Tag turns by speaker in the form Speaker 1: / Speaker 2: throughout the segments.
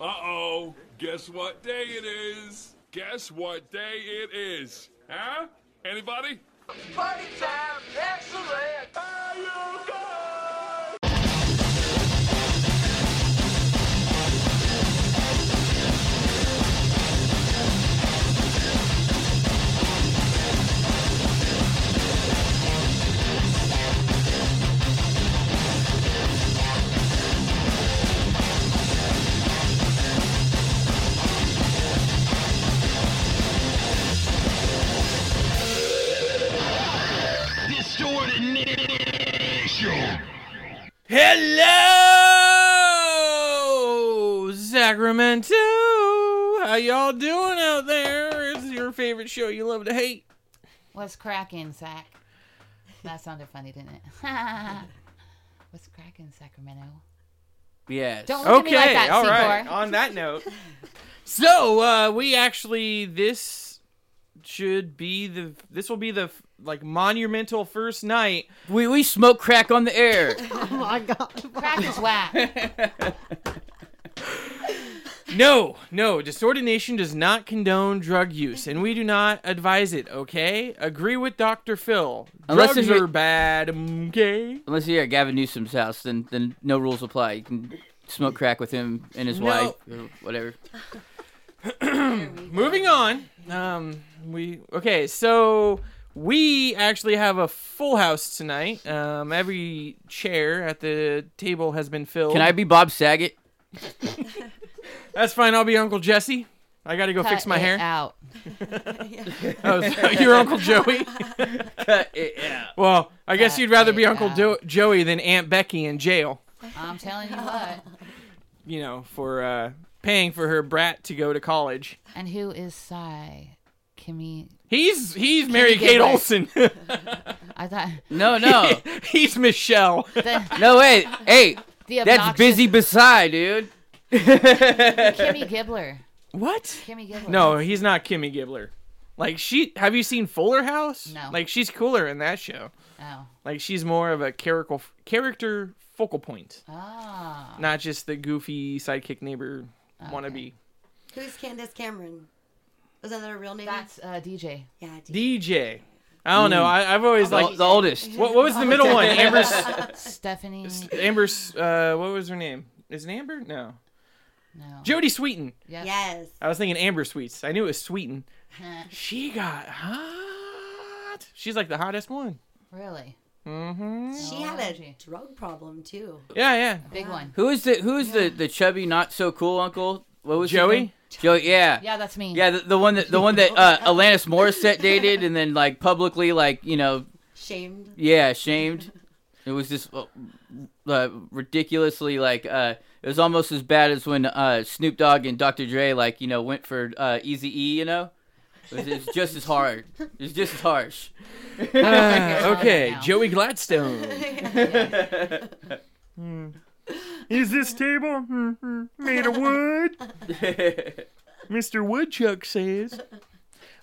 Speaker 1: Uh oh. Guess what day it is? Guess what day it is? Huh? Anybody?
Speaker 2: Party time! Excellent! Are you good?
Speaker 3: Distorted Nation.
Speaker 4: Hello, Sacramento. How y'all doing out there? It's your favorite show you love to hate.
Speaker 5: What's cracking, Sac? That sounded funny, didn't it? What's cracking, Sacramento?
Speaker 4: Yes.
Speaker 5: Don't look at me Oh, like
Speaker 4: okay.
Speaker 5: that,
Speaker 4: All right.
Speaker 5: Seacor.
Speaker 6: On that note,
Speaker 4: So uh, we actually this should be the this will be the like monumental first night. We we smoke crack on the air.
Speaker 5: Crack is whack.
Speaker 4: No, no, Distorted Nation does not condone drug use, and we do not advise it, okay? Agree with Dr. Phil.
Speaker 7: Unless
Speaker 4: Drugs
Speaker 7: if you-
Speaker 4: are bad, okay?
Speaker 7: Unless you're at Gavin Newsom's house, then then no rules apply. You can smoke crack with him and his
Speaker 4: No.
Speaker 7: wife, or whatever.
Speaker 4: Moving on. Um, we okay. So we actually have a full house tonight. Um, every chair at the table has been filled.
Speaker 7: Can I be Bob Saget?
Speaker 4: That's fine. I'll be Uncle Jesse. I gotta go fix
Speaker 5: Cut
Speaker 4: my
Speaker 5: it
Speaker 4: hair.
Speaker 5: out.
Speaker 4: Oh, so you're Uncle Joey. Well, I guess
Speaker 5: Cut
Speaker 4: you'd rather be
Speaker 5: it
Speaker 4: Uncle
Speaker 5: out.
Speaker 4: jo- Joey than Aunt Becky in jail.
Speaker 5: I'm telling you what.
Speaker 4: You know, for uh, paying for her brat to go to college.
Speaker 5: And who is Cy? Kimmy?
Speaker 4: He's he's Mary
Speaker 5: get Oh.
Speaker 4: Kate
Speaker 5: away?
Speaker 4: Olsen.
Speaker 5: I thought
Speaker 7: No, no,
Speaker 4: he's Michelle.
Speaker 5: the,
Speaker 7: no. Wait, hey,
Speaker 5: the obnoxious
Speaker 7: that's busy beside, dude.
Speaker 5: Kimmy Gibbler.
Speaker 4: What?
Speaker 5: Kimmy Gibbler.
Speaker 4: No, he's not Kimmy Gibbler. Like she, have you seen Fuller House?
Speaker 5: No.
Speaker 4: Like she's cooler in that show.
Speaker 5: Oh.
Speaker 4: Like she's more of a character character focal point,
Speaker 5: Ah.
Speaker 4: not just the goofy sidekick neighbor wannabe.
Speaker 8: Who's Candace Cameron? Was that her real name?
Speaker 5: That's uh, DJ.
Speaker 8: yeah, dude.
Speaker 4: DJ. I don't
Speaker 5: Mm.
Speaker 4: know. I, I've always
Speaker 7: The,
Speaker 4: like
Speaker 7: the oldest.
Speaker 4: what, what was the middle one? Amber. S-
Speaker 5: Stephanie.
Speaker 4: Amber. S- Uh, what was her name? Is it Amber? No.
Speaker 5: No.
Speaker 4: Jody Sweeten.
Speaker 5: Yes.
Speaker 8: yes.
Speaker 4: I was thinking Amber Sweets. I knew it was Sweeten. She got hot. She's like the hottest one. Mm-hmm.
Speaker 5: Really?
Speaker 8: She had a
Speaker 5: OMG.
Speaker 8: drug problem too.
Speaker 4: Yeah, yeah.
Speaker 5: Big one.
Speaker 7: Who is the who is the the chubby, not so cool uncle? What was his
Speaker 4: Joey?
Speaker 7: name? Joey, yeah.
Speaker 5: Yeah, that's me.
Speaker 7: Yeah, the, the one that the one that uh, Alanis Morissette dated, and then like publicly, like you know,
Speaker 8: Shamed.
Speaker 7: Yeah, shamed. It was just uh, uh, ridiculously like uh, it was almost as bad as when uh, Snoop Dogg and Dr. Dre like you know went for uh, Easy E. You know, it was, it's just as hard. It's just as harsh.
Speaker 4: Uh, okay,
Speaker 5: now.
Speaker 4: Joey Gladstone. Hmm. Is this table hmm, hmm, made of wood? Mr. Woodchuck says.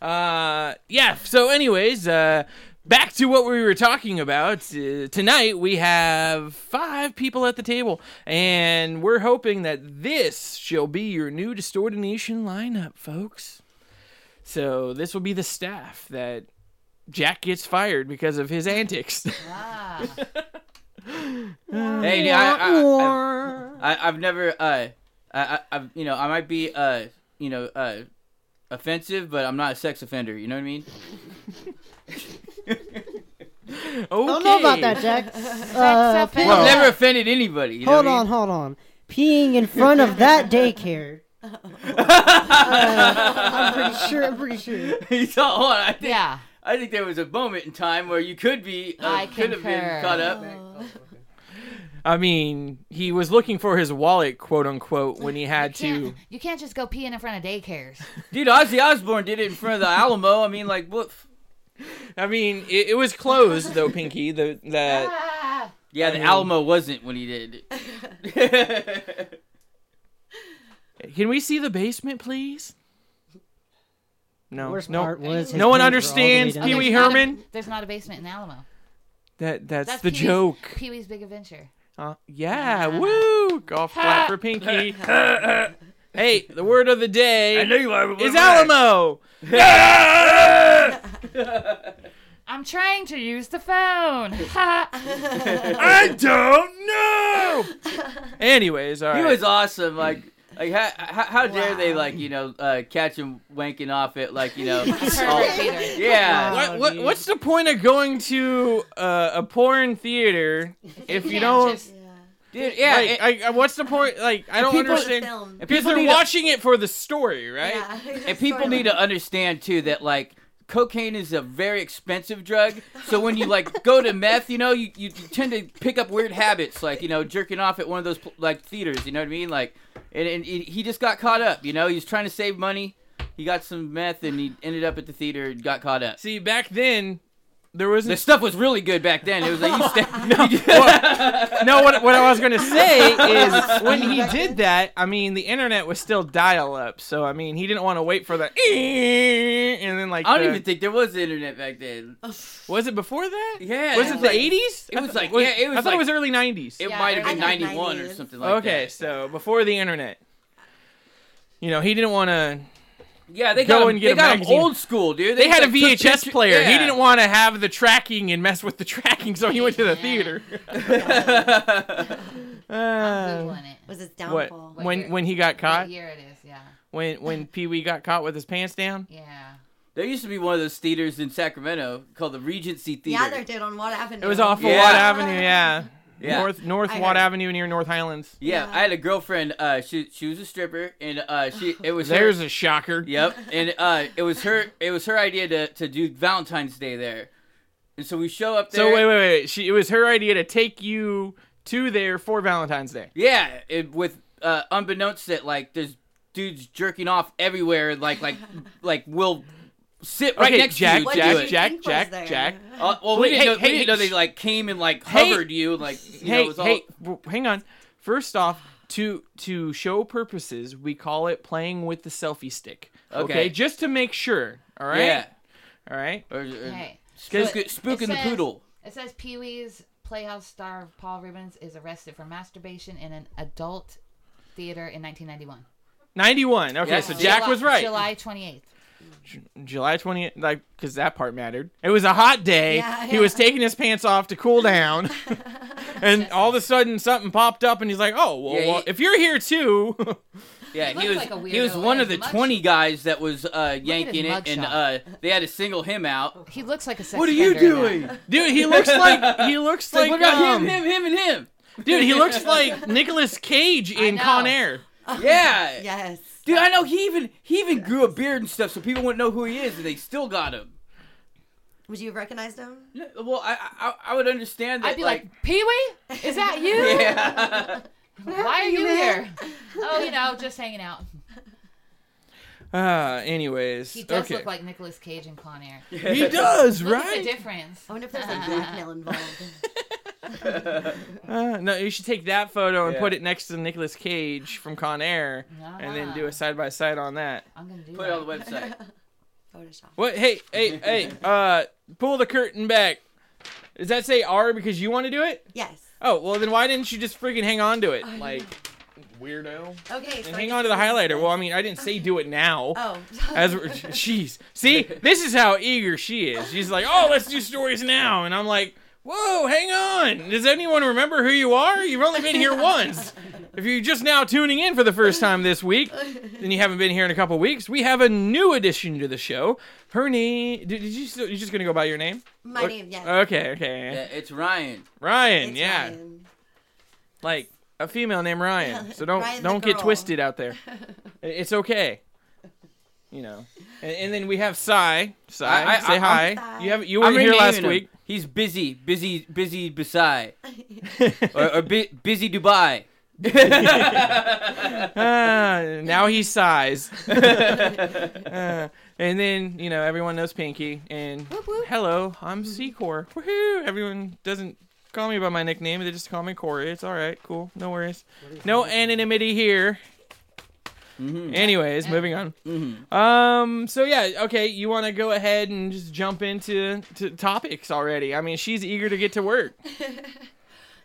Speaker 4: Uh, yeah, so, anyways, uh, back to what we were talking about. Uh, tonight we have five people at the table, and we're hoping that this shall be your new Distorted Nation lineup, folks. So, this will be the staff that Jack gets fired because of his antics.
Speaker 5: Ah.
Speaker 7: Hey, I, I, I, I, I've never uh, I, I, I've you know I might be uh, you know uh, offensive, but I'm not a sex offender. You know what I mean?
Speaker 9: I don't know about that, Jack. Uh,
Speaker 5: Sex offender.
Speaker 7: I've
Speaker 5: Well-
Speaker 7: never offended anybody. You know
Speaker 9: hold
Speaker 7: what I
Speaker 9: on,
Speaker 7: mean?
Speaker 9: hold on. Peeing in front of that daycare. Uh, I'm pretty sure. I'm pretty sure.
Speaker 7: He's all- hold on. I think
Speaker 5: yeah.
Speaker 7: I think there was a moment in time where you could be uh,
Speaker 5: I
Speaker 7: could have
Speaker 5: concur.
Speaker 7: been caught up.
Speaker 4: I mean, he was looking for his wallet, quote unquote, when he had to.
Speaker 5: Can't, you can't just go peeing in front of daycares.
Speaker 7: Dude, Ozzy Osbourne did it in front of the Alamo. I mean, like, what?
Speaker 4: I mean, it, it was closed though, Pinky. The that
Speaker 5: Ah.
Speaker 7: Yeah, the
Speaker 4: mean-
Speaker 7: Alamo wasn't when he did it.
Speaker 4: can we see the basement, please? No,
Speaker 9: Worst
Speaker 4: no,
Speaker 9: part was his
Speaker 4: no one
Speaker 9: pants were all the way
Speaker 4: understands
Speaker 9: down.
Speaker 5: Oh,
Speaker 4: Pee
Speaker 5: there's
Speaker 4: Wee
Speaker 5: not a-
Speaker 4: Herman.
Speaker 5: there's not a basement in Alamo.
Speaker 4: That that's,
Speaker 5: That's
Speaker 4: the
Speaker 5: Pee-wee's-
Speaker 4: joke.
Speaker 5: Pee Wee's Big Adventure.
Speaker 4: Uh, yeah, woo! Golf clap for Pinky. Hey, the word of the day is Alamo.
Speaker 5: I'm trying to use the phone.
Speaker 1: I don't know.
Speaker 4: Anyways, all
Speaker 7: He
Speaker 4: right.
Speaker 7: was awesome. Like, like how, how, how dare they like you know uh, catch him wanking off it like you know? all-
Speaker 5: Peter.
Speaker 7: yeah.
Speaker 4: what, what, what's the point of going to uh, a porn theater if you
Speaker 5: can't
Speaker 4: don't?
Speaker 5: just-
Speaker 7: Dude, yeah.
Speaker 4: like,
Speaker 7: it-
Speaker 4: I, I, what's the point? Like, I don't
Speaker 7: people-
Speaker 4: understand.
Speaker 8: Film.
Speaker 4: Because
Speaker 7: people
Speaker 4: they're
Speaker 7: need to-
Speaker 4: watching it for the story, right?
Speaker 8: Yeah.
Speaker 7: and people need to understand too that like cocaine is a very expensive drug so when you like go to meth you know you, you, you tend to pick up weird habits like you know jerking off at one of those like theaters you know what i mean like and, and he he just got caught up you know he was trying to save money he got some meth and he ended up at the theater and got caught up
Speaker 4: See, back then, there wasn't
Speaker 7: the stuff was really good back then it was like you sta-
Speaker 4: no, what, what I was going to say is when he did that, I mean, the internet was still dial up. So, I mean, he didn't want to wait for the. "Eh," And then, like.
Speaker 7: i don't
Speaker 4: the-
Speaker 7: even think there was internet back then
Speaker 4: Was it before that?
Speaker 7: yeah
Speaker 4: Oh. Was
Speaker 7: it
Speaker 4: it
Speaker 7: was
Speaker 4: the
Speaker 7: like-
Speaker 4: 80s?
Speaker 7: it
Speaker 4: I
Speaker 7: was
Speaker 4: thought-
Speaker 7: like- yeah, it was
Speaker 4: I thought it
Speaker 7: like-
Speaker 4: was early 90s.
Speaker 7: it
Speaker 5: Yeah,
Speaker 7: might have
Speaker 5: I
Speaker 7: been
Speaker 8: think
Speaker 7: 91 or
Speaker 8: 90s.
Speaker 7: something like that
Speaker 4: okay, so before the internet. You know, he didn't want to.
Speaker 7: yeah they
Speaker 4: Go
Speaker 7: got him,
Speaker 4: and get
Speaker 7: they
Speaker 4: a
Speaker 7: got 'em
Speaker 4: magazine.
Speaker 7: old school dude
Speaker 4: They had a
Speaker 7: like, took
Speaker 4: VHS
Speaker 7: picture-
Speaker 4: player. He
Speaker 7: Yeah.
Speaker 4: didn't want to have the tracking and mess with the tracking, so he went to the theater.
Speaker 5: I'm
Speaker 4: Uh,
Speaker 5: Googling it.
Speaker 8: Was his
Speaker 4: what?
Speaker 8: downfall?
Speaker 4: When when he got
Speaker 5: What
Speaker 4: caught?
Speaker 5: year it is, yeah.
Speaker 4: When when Pee Wee got caught with his pants down?
Speaker 5: Yeah.
Speaker 7: There used to be one of those theaters in Sacramento called the Regency Theater.
Speaker 8: Yeah, there did on what Avenue.
Speaker 4: It was off of
Speaker 7: Yeah.
Speaker 4: Watt Avenue, yeah.
Speaker 7: Yeah.
Speaker 4: North North
Speaker 8: I
Speaker 4: Watt
Speaker 8: heard.
Speaker 4: Avenue near North Highlands.
Speaker 7: yeah,
Speaker 8: Yeah.
Speaker 7: I had a girlfriend. Uh, she she was a stripper, and uh, she it was
Speaker 4: There's
Speaker 7: Her,
Speaker 4: a shocker.
Speaker 7: yep, and uh, it was her it was her idea to to do Valentine's Day there, and so we show up there.
Speaker 4: So wait, wait, wait. She it was her idea to take you to there for Valentine's Day.
Speaker 7: Yeah, it, with uh, unbeknownst that like there's dudes jerking off everywhere, like like like will sit right
Speaker 4: Okay,
Speaker 7: next
Speaker 4: Jack,
Speaker 7: to you.
Speaker 8: What
Speaker 7: to
Speaker 8: did
Speaker 4: Jack,
Speaker 7: do
Speaker 8: you
Speaker 7: it.
Speaker 4: Jack,
Speaker 8: think was
Speaker 4: Jack,
Speaker 8: there?
Speaker 4: Jack.
Speaker 7: Uh, well, we
Speaker 4: Wait,
Speaker 7: didn't,
Speaker 4: hey,
Speaker 7: know,
Speaker 4: hey,
Speaker 7: we didn't know they
Speaker 4: sh-
Speaker 7: like came and like
Speaker 4: Hey.
Speaker 7: hovered you, and, like you know, it
Speaker 4: hey,
Speaker 7: was all,
Speaker 4: hey, w- hang on. First off, to to show purposes, we call it playing with the selfie stick. Okay,
Speaker 7: Okay.
Speaker 4: just to make sure. All right.
Speaker 7: yeah,
Speaker 4: All right.
Speaker 7: or, or,
Speaker 5: Hey.
Speaker 7: spook,
Speaker 5: But
Speaker 7: Mm. spook
Speaker 5: it
Speaker 7: in the
Speaker 5: says-
Speaker 7: poodle.
Speaker 5: It says Pee Wee's Playhouse star Paul Rubens is arrested for masturbation in an adult theater in 1991.
Speaker 4: Ninety-one. Okay,
Speaker 7: Yeah.
Speaker 4: so Jack
Speaker 5: July-
Speaker 4: was right.
Speaker 5: July 28th.
Speaker 4: July 20th, like, because that part mattered. It was a hot day.
Speaker 8: Yeah,
Speaker 4: He
Speaker 8: yeah.
Speaker 4: was taking his pants off to cool down. and all of a sudden, something popped up, and he's like, oh, well,
Speaker 7: Yeah,
Speaker 4: well,
Speaker 7: he-
Speaker 4: if you're here too.
Speaker 7: Yeah,
Speaker 5: He
Speaker 7: he was
Speaker 5: looked like a
Speaker 7: he was
Speaker 5: weirdo
Speaker 7: one
Speaker 5: in
Speaker 7: of the
Speaker 5: his mugshot.
Speaker 7: twenty guys that was uh, yanking it, and uh,
Speaker 5: mugshot.
Speaker 7: they had to single him out.
Speaker 5: He looks like a sex
Speaker 7: What are you
Speaker 5: offender now.
Speaker 7: doing?
Speaker 4: dude, he looks like, he looks
Speaker 7: Like,
Speaker 4: like,
Speaker 7: what about
Speaker 4: um,
Speaker 7: him, him, him, and him?
Speaker 4: dude, he looks like Nicolas Cage in
Speaker 5: know.
Speaker 4: Con Air.
Speaker 7: Yeah.
Speaker 8: Yes.
Speaker 7: dude, I know he even he even grew a beard and stuff, so people wouldn't know who he is, and they still got him.
Speaker 8: Would you have recognized him?
Speaker 7: No, Well, I I, I would understand that.
Speaker 5: I'd be like, Pee Wee? Is that you?
Speaker 7: yeah,
Speaker 5: Why are you here? oh, you know, just hanging out.
Speaker 4: Uh, anyways.
Speaker 5: He does
Speaker 4: okay.
Speaker 5: look like Nicolas Cage in Con Air.
Speaker 4: he does,
Speaker 5: Look at the
Speaker 4: right?
Speaker 5: difference.
Speaker 7: Oh.
Speaker 8: I wonder if there's like blackmail involved.
Speaker 4: Uh, no, you should take that photo and
Speaker 7: Yeah.
Speaker 4: put it next to Nicolas Cage from Con Air and then do a side by side on that.
Speaker 5: I'm gonna do
Speaker 7: put
Speaker 5: that.
Speaker 7: it on the website.
Speaker 8: Photoshop.
Speaker 4: What? Hey, hey, hey! Uh, pull the curtain back. Does that say R because you want to do it?
Speaker 8: Yes.
Speaker 4: Oh, well then why didn't you just freaking hang on to it, like weirdo?
Speaker 8: Okay. So
Speaker 4: And
Speaker 8: I
Speaker 4: hang
Speaker 8: just
Speaker 4: on to the
Speaker 8: did this.
Speaker 4: highlighter. Well, I mean, I didn't say do it now.
Speaker 8: Oh.
Speaker 4: As we're, jeez, see, this is how eager she is. She's like, oh, let's do stories now, and I'm like, whoa, hang on. Does anyone remember who you are? You've only been here once. If you're just now tuning in for the first time this week, and you haven't been here in a couple weeks, we have a new addition to the show. Her name. Did, did you? still- You're just gonna go by your name?
Speaker 8: My name. Yes.
Speaker 4: Okay, okay.
Speaker 7: Yeah, it's Ryan.
Speaker 4: Ryan.
Speaker 8: It's
Speaker 4: yeah,
Speaker 8: Ryan.
Speaker 4: like a female named Ryan. So don't
Speaker 8: Ryan's a
Speaker 4: don't get
Speaker 8: girl.
Speaker 4: twisted out there. I- It's okay. You know. And, and then we have Cy. Cy,
Speaker 7: I- I-
Speaker 4: say
Speaker 7: I'm-
Speaker 4: hi.
Speaker 8: Cy.
Speaker 4: You have you weren't here
Speaker 7: renaming
Speaker 4: last
Speaker 7: him.
Speaker 4: week.
Speaker 7: He's busy, busy, busy Dubai, or, or bu- busy Dubai.
Speaker 4: Ah, now he sighs. Ah, and then, you know, everyone knows Pinky. And hello, I'm Secor. Woohoo! Everyone doesn't call me by my nickname. They just call me Corey. It's all right. Cool. No worries. No anonymity here. Anyways, moving on. Um. So yeah. Okay. You want to go ahead and just jump into to topics already? I mean, she's eager to get to work.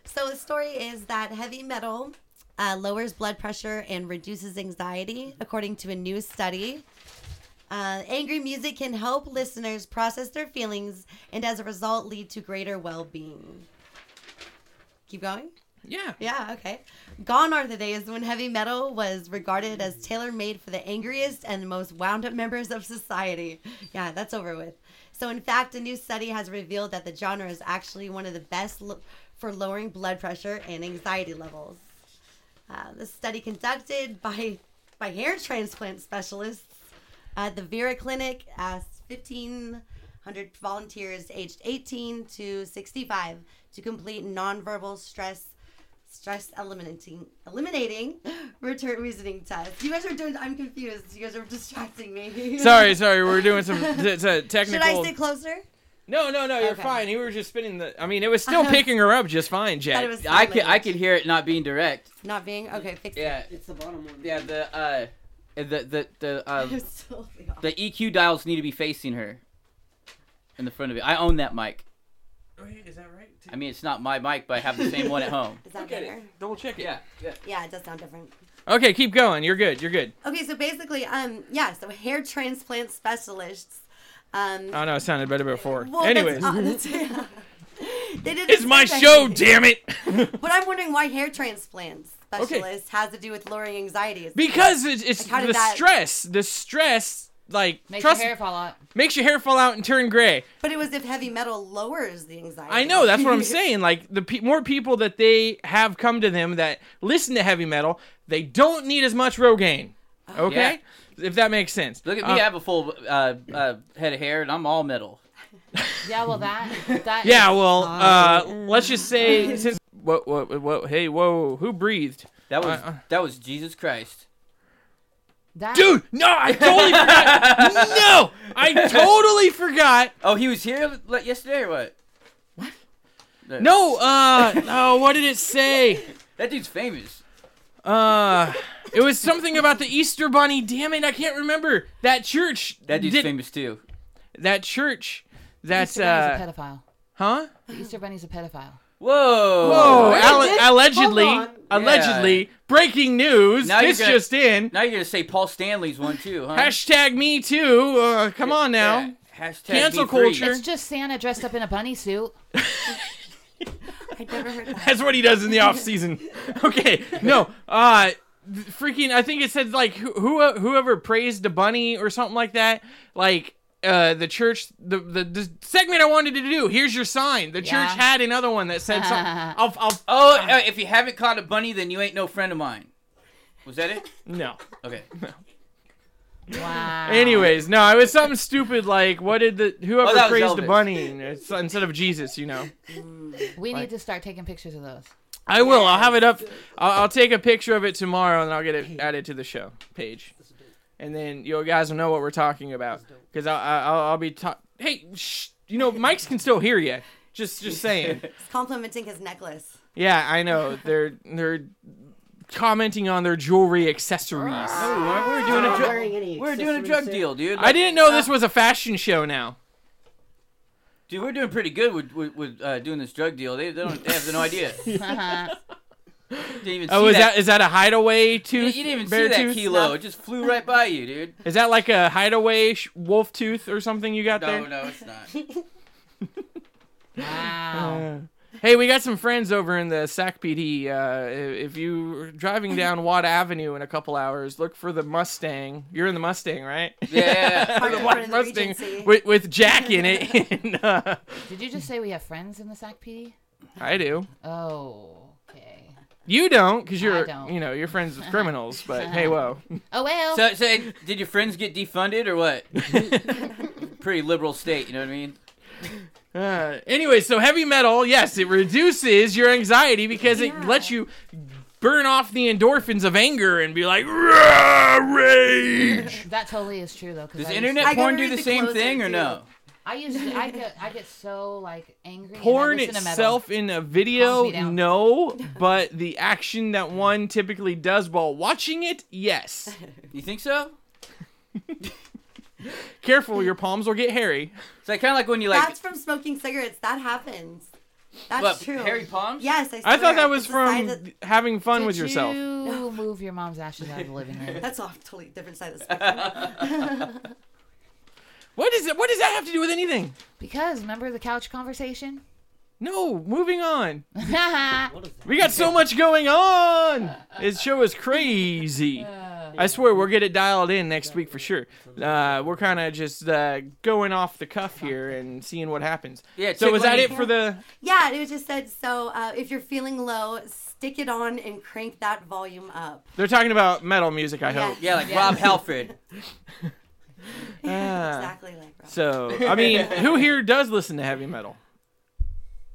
Speaker 8: So the story is that heavy metal uh, lowers blood pressure and reduces anxiety, according to a new study. Uh, angry music can help listeners process their feelings and, as a result, lead to greater well being. Keep going?
Speaker 4: Yeah.
Speaker 8: Yeah, okay. Gone are the days when heavy metal was regarded as tailor made for the angriest and most wound up members of society. Yeah, that's over with. So, in fact, a new study has revealed that the genre is actually one of the best lo- for lowering blood pressure and anxiety levels. Uh, the study conducted by, by hair transplant specialists at the Vera Clinic asked 1,500 volunteers aged 18 to 65 to complete nonverbal stress stress eliminating eliminating return reasoning test. You guys are doing. I'm confused. You guys are distracting me.
Speaker 4: Sorry, sorry. We're doing some t- t-
Speaker 8: Should
Speaker 4: technical.
Speaker 8: I sit closer?
Speaker 4: no, no, no. You're
Speaker 8: Okay.
Speaker 4: fine. You were just spinning the. I mean, it was still picking her up just fine,
Speaker 8: Thought it
Speaker 4: Jack.
Speaker 8: was so
Speaker 7: I could
Speaker 8: late.
Speaker 7: I could hear it not being direct.
Speaker 8: not being okay. Fix
Speaker 7: Yeah,
Speaker 6: It's the bottom one.
Speaker 7: yeah. The uh, the the the
Speaker 8: it.
Speaker 7: uh,
Speaker 8: It was so off.
Speaker 7: the EQ dials need to be facing her. In the front of it. I own that mic.
Speaker 4: Oh, is that right?
Speaker 7: I mean, it's not my mic, but I have the same one at home.
Speaker 8: Is that
Speaker 4: Look at
Speaker 8: better?
Speaker 4: it. Double check it.
Speaker 7: Yeah, yeah.
Speaker 8: Yeah, it does sound different.
Speaker 4: Okay, keep going. You're good. You're good.
Speaker 8: Okay, so basically, um, yeah, so hair transplant specialists, um,
Speaker 4: Oh no, it sounded better before.
Speaker 8: well, that's-
Speaker 4: Anyways,
Speaker 8: uh, that's- they didn't
Speaker 4: it's my
Speaker 8: say that.
Speaker 4: show. Damn it.
Speaker 8: But I'm wondering why hair transplants specialist has to do with lowering anxieties.
Speaker 4: Because it's, it's
Speaker 8: Like, how did
Speaker 4: the
Speaker 8: that-
Speaker 4: stress. The stress, like
Speaker 5: Make
Speaker 4: trust,
Speaker 5: your hair fall out.
Speaker 4: makes your hair fall out and turn gray.
Speaker 8: but it was if heavy metal lowers the anxiety.
Speaker 4: I know that's what I'm saying. Like the pe- more people that they have come to them that listen to heavy metal, they don't need as much Rogaine. Okay, if that makes sense.
Speaker 7: Oh. Look at
Speaker 4: Uh,
Speaker 7: me. I have a full uh, uh, head of hair, and I'm all metal.
Speaker 5: Yeah, well that that
Speaker 4: yeah,
Speaker 5: is-
Speaker 4: well, uh,
Speaker 8: Oh.
Speaker 4: let's just say since whoa, whoa, whoa, hey, whoa, who breathed?
Speaker 7: That was
Speaker 4: Uh, uh.
Speaker 7: that was Jesus Christ.
Speaker 5: that,
Speaker 4: Dude, no, I totally forgot. No, I totally forgot.
Speaker 7: Oh, he was here like, yesterday or what? What?
Speaker 4: No, uh, oh, what did it say?
Speaker 7: that dude's famous.
Speaker 4: Uh, it was something about the Easter Bunny. Damn it, I can't remember. That church.
Speaker 7: That dude's
Speaker 4: did-
Speaker 7: famous too.
Speaker 4: That church. That's
Speaker 5: Easter Bunny's
Speaker 4: uh,
Speaker 5: a pedophile.
Speaker 4: huh?
Speaker 5: The Easter Bunny's a pedophile.
Speaker 7: Whoa!
Speaker 4: Oh,
Speaker 6: What?
Speaker 4: alle-
Speaker 6: Hold
Speaker 4: allegedly,
Speaker 6: on.
Speaker 4: allegedly, breaking news.
Speaker 7: Now you're
Speaker 4: this
Speaker 7: gonna-
Speaker 4: just in.
Speaker 7: Now you're gonna say Paul Stanley's one too, huh?
Speaker 4: Hashtag me too. Uh, come on now.
Speaker 7: Yeah. Hashtag
Speaker 4: Cancel
Speaker 7: be free.
Speaker 4: culture.
Speaker 5: It's just Santa dressed up in a bunny suit.
Speaker 8: I've never heard that.
Speaker 4: That's what he does in the off season. okay, no. Uh, th- freaking. I think it said like who, who uh, whoever praised a bunny or something like that. Like uh, the church, the, the the segment I wanted to do. Here's your sign. The church
Speaker 5: Yeah.
Speaker 4: had another one that said something. I'll, I'll
Speaker 7: Oh, uh, if you haven't caught a bunny, then you ain't no friend of mine. Was that it?
Speaker 4: no.
Speaker 7: Okay.
Speaker 5: Wow.
Speaker 4: Anyways, no, it was something stupid like what did the whoever
Speaker 7: Oh, that was
Speaker 4: praised the
Speaker 7: Elvis.
Speaker 4: bunny and it's- instead of Jesus, you know.
Speaker 5: we need to start taking pictures of those.
Speaker 4: I will. I'll have it up. I'll, I'll take a picture of it tomorrow and I'll get it added to the show page, and then you guys will know what we're talking about because I'll, I'll I'll be talk. Hey, shh, you know, mics can still hear you. Just just saying.
Speaker 8: It's complimenting his necklace.
Speaker 4: Yeah, I know. They're they're commenting on their jewelry accessories.
Speaker 7: we're,
Speaker 6: I'm
Speaker 7: doing a
Speaker 6: not
Speaker 7: drug.
Speaker 6: wearing any
Speaker 7: We're doing a
Speaker 6: accessories
Speaker 7: drug
Speaker 6: here.
Speaker 7: deal, dude.
Speaker 4: I didn't know
Speaker 7: ah.
Speaker 4: this was a fashion show. Now.
Speaker 7: Dude, we're doing pretty good with with, with uh, doing this drug deal. They, they don't. They have no idea. Didn't even
Speaker 4: Oh,
Speaker 7: see
Speaker 4: is that is that a hideaway
Speaker 7: you, you
Speaker 4: tooth?
Speaker 7: didn't even see
Speaker 4: bear
Speaker 7: that
Speaker 4: tooth?
Speaker 7: kilo. It just flew right by you, dude.
Speaker 4: Is that like a hideaway sh- wolf tooth or something you got there?
Speaker 7: No, no, it's not.
Speaker 4: Uh,
Speaker 5: Wow.
Speaker 4: Hey, we got some friends over in the Sac PD. Uh, if you're driving down Watt Avenue in a couple hours, look for the Mustang. You're in the Mustang, right?
Speaker 7: Yeah.
Speaker 8: Parked in front
Speaker 4: Black
Speaker 8: of the
Speaker 4: Mustang
Speaker 8: Regency.
Speaker 4: with, with Jack in it. And, uh,
Speaker 5: Did you just say we have friends in the SAC PD?
Speaker 4: I do.
Speaker 5: Oh, okay.
Speaker 4: You don't, because you're,
Speaker 5: don't.
Speaker 4: you know, you're friends with criminals. But hey, whoa.
Speaker 5: Oh well.
Speaker 7: so, so, did your friends get defunded or what? pretty liberal state, you know what I mean?
Speaker 4: Uh, anyway, so heavy metal, yes, it reduces your anxiety because it
Speaker 8: Yeah.
Speaker 4: lets you burn off the endorphins of anger and be like, "Rah, rage.
Speaker 5: that totally is true though. 'cause
Speaker 7: Does
Speaker 5: I
Speaker 7: internet
Speaker 8: I gotta
Speaker 7: porn do
Speaker 8: read
Speaker 7: the,
Speaker 8: the
Speaker 7: same
Speaker 8: closer,
Speaker 7: thing or
Speaker 8: too.
Speaker 7: no?
Speaker 5: I usually I get I get so like angry.
Speaker 4: porn
Speaker 5: and I listen to metal.
Speaker 4: itself in a
Speaker 5: Calms
Speaker 4: video
Speaker 5: me down.
Speaker 4: no but the action that one typically does while watching it yes
Speaker 7: You think so?
Speaker 4: careful your palms will get hairy
Speaker 7: It's like kind of like when you like
Speaker 8: That's from smoking cigarettes. That happens. That's
Speaker 7: What,
Speaker 8: true.
Speaker 7: Harry Palms?
Speaker 8: Yes, I,
Speaker 4: I thought
Speaker 8: swear,
Speaker 4: that was
Speaker 8: it's a side
Speaker 4: from
Speaker 8: of-
Speaker 4: having fun
Speaker 5: Did
Speaker 4: with yourself.
Speaker 5: You move your mom's ashes out of the living room.
Speaker 8: That's off totally different side of the spectrum.
Speaker 4: What is it? What does that have to do with anything?
Speaker 5: Because remember the couch conversation?
Speaker 4: No, moving on.
Speaker 5: Haha.
Speaker 4: We got so much going on. This show is crazy. I swear we'll get it dialed in next week for sure. Uh, we're kind of just uh, going off the cuff here and seeing what happens.
Speaker 7: Yeah,
Speaker 4: So was that
Speaker 7: Tiffany-
Speaker 4: it for the?
Speaker 8: yeah, it was just said so. Uh, if you're feeling low, stick it on and crank that volume up.
Speaker 4: They're talking about metal music. I
Speaker 8: Yeah.
Speaker 4: hope.
Speaker 7: Yeah, like Rob Halford.
Speaker 4: Ah.
Speaker 8: exactly like Rob.
Speaker 4: So I mean, who here does listen to heavy metal?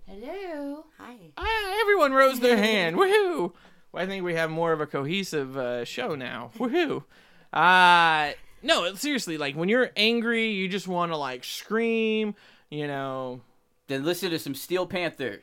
Speaker 5: Hello.
Speaker 8: Hi.
Speaker 4: Ah, everyone rose their hand. Woohoo! Well, I think we have more of a cohesive uh, show now. Woohoo! Uh, no, seriously, like when you're angry, you just want to like scream. You know,
Speaker 7: Then listen to some Steel Panther.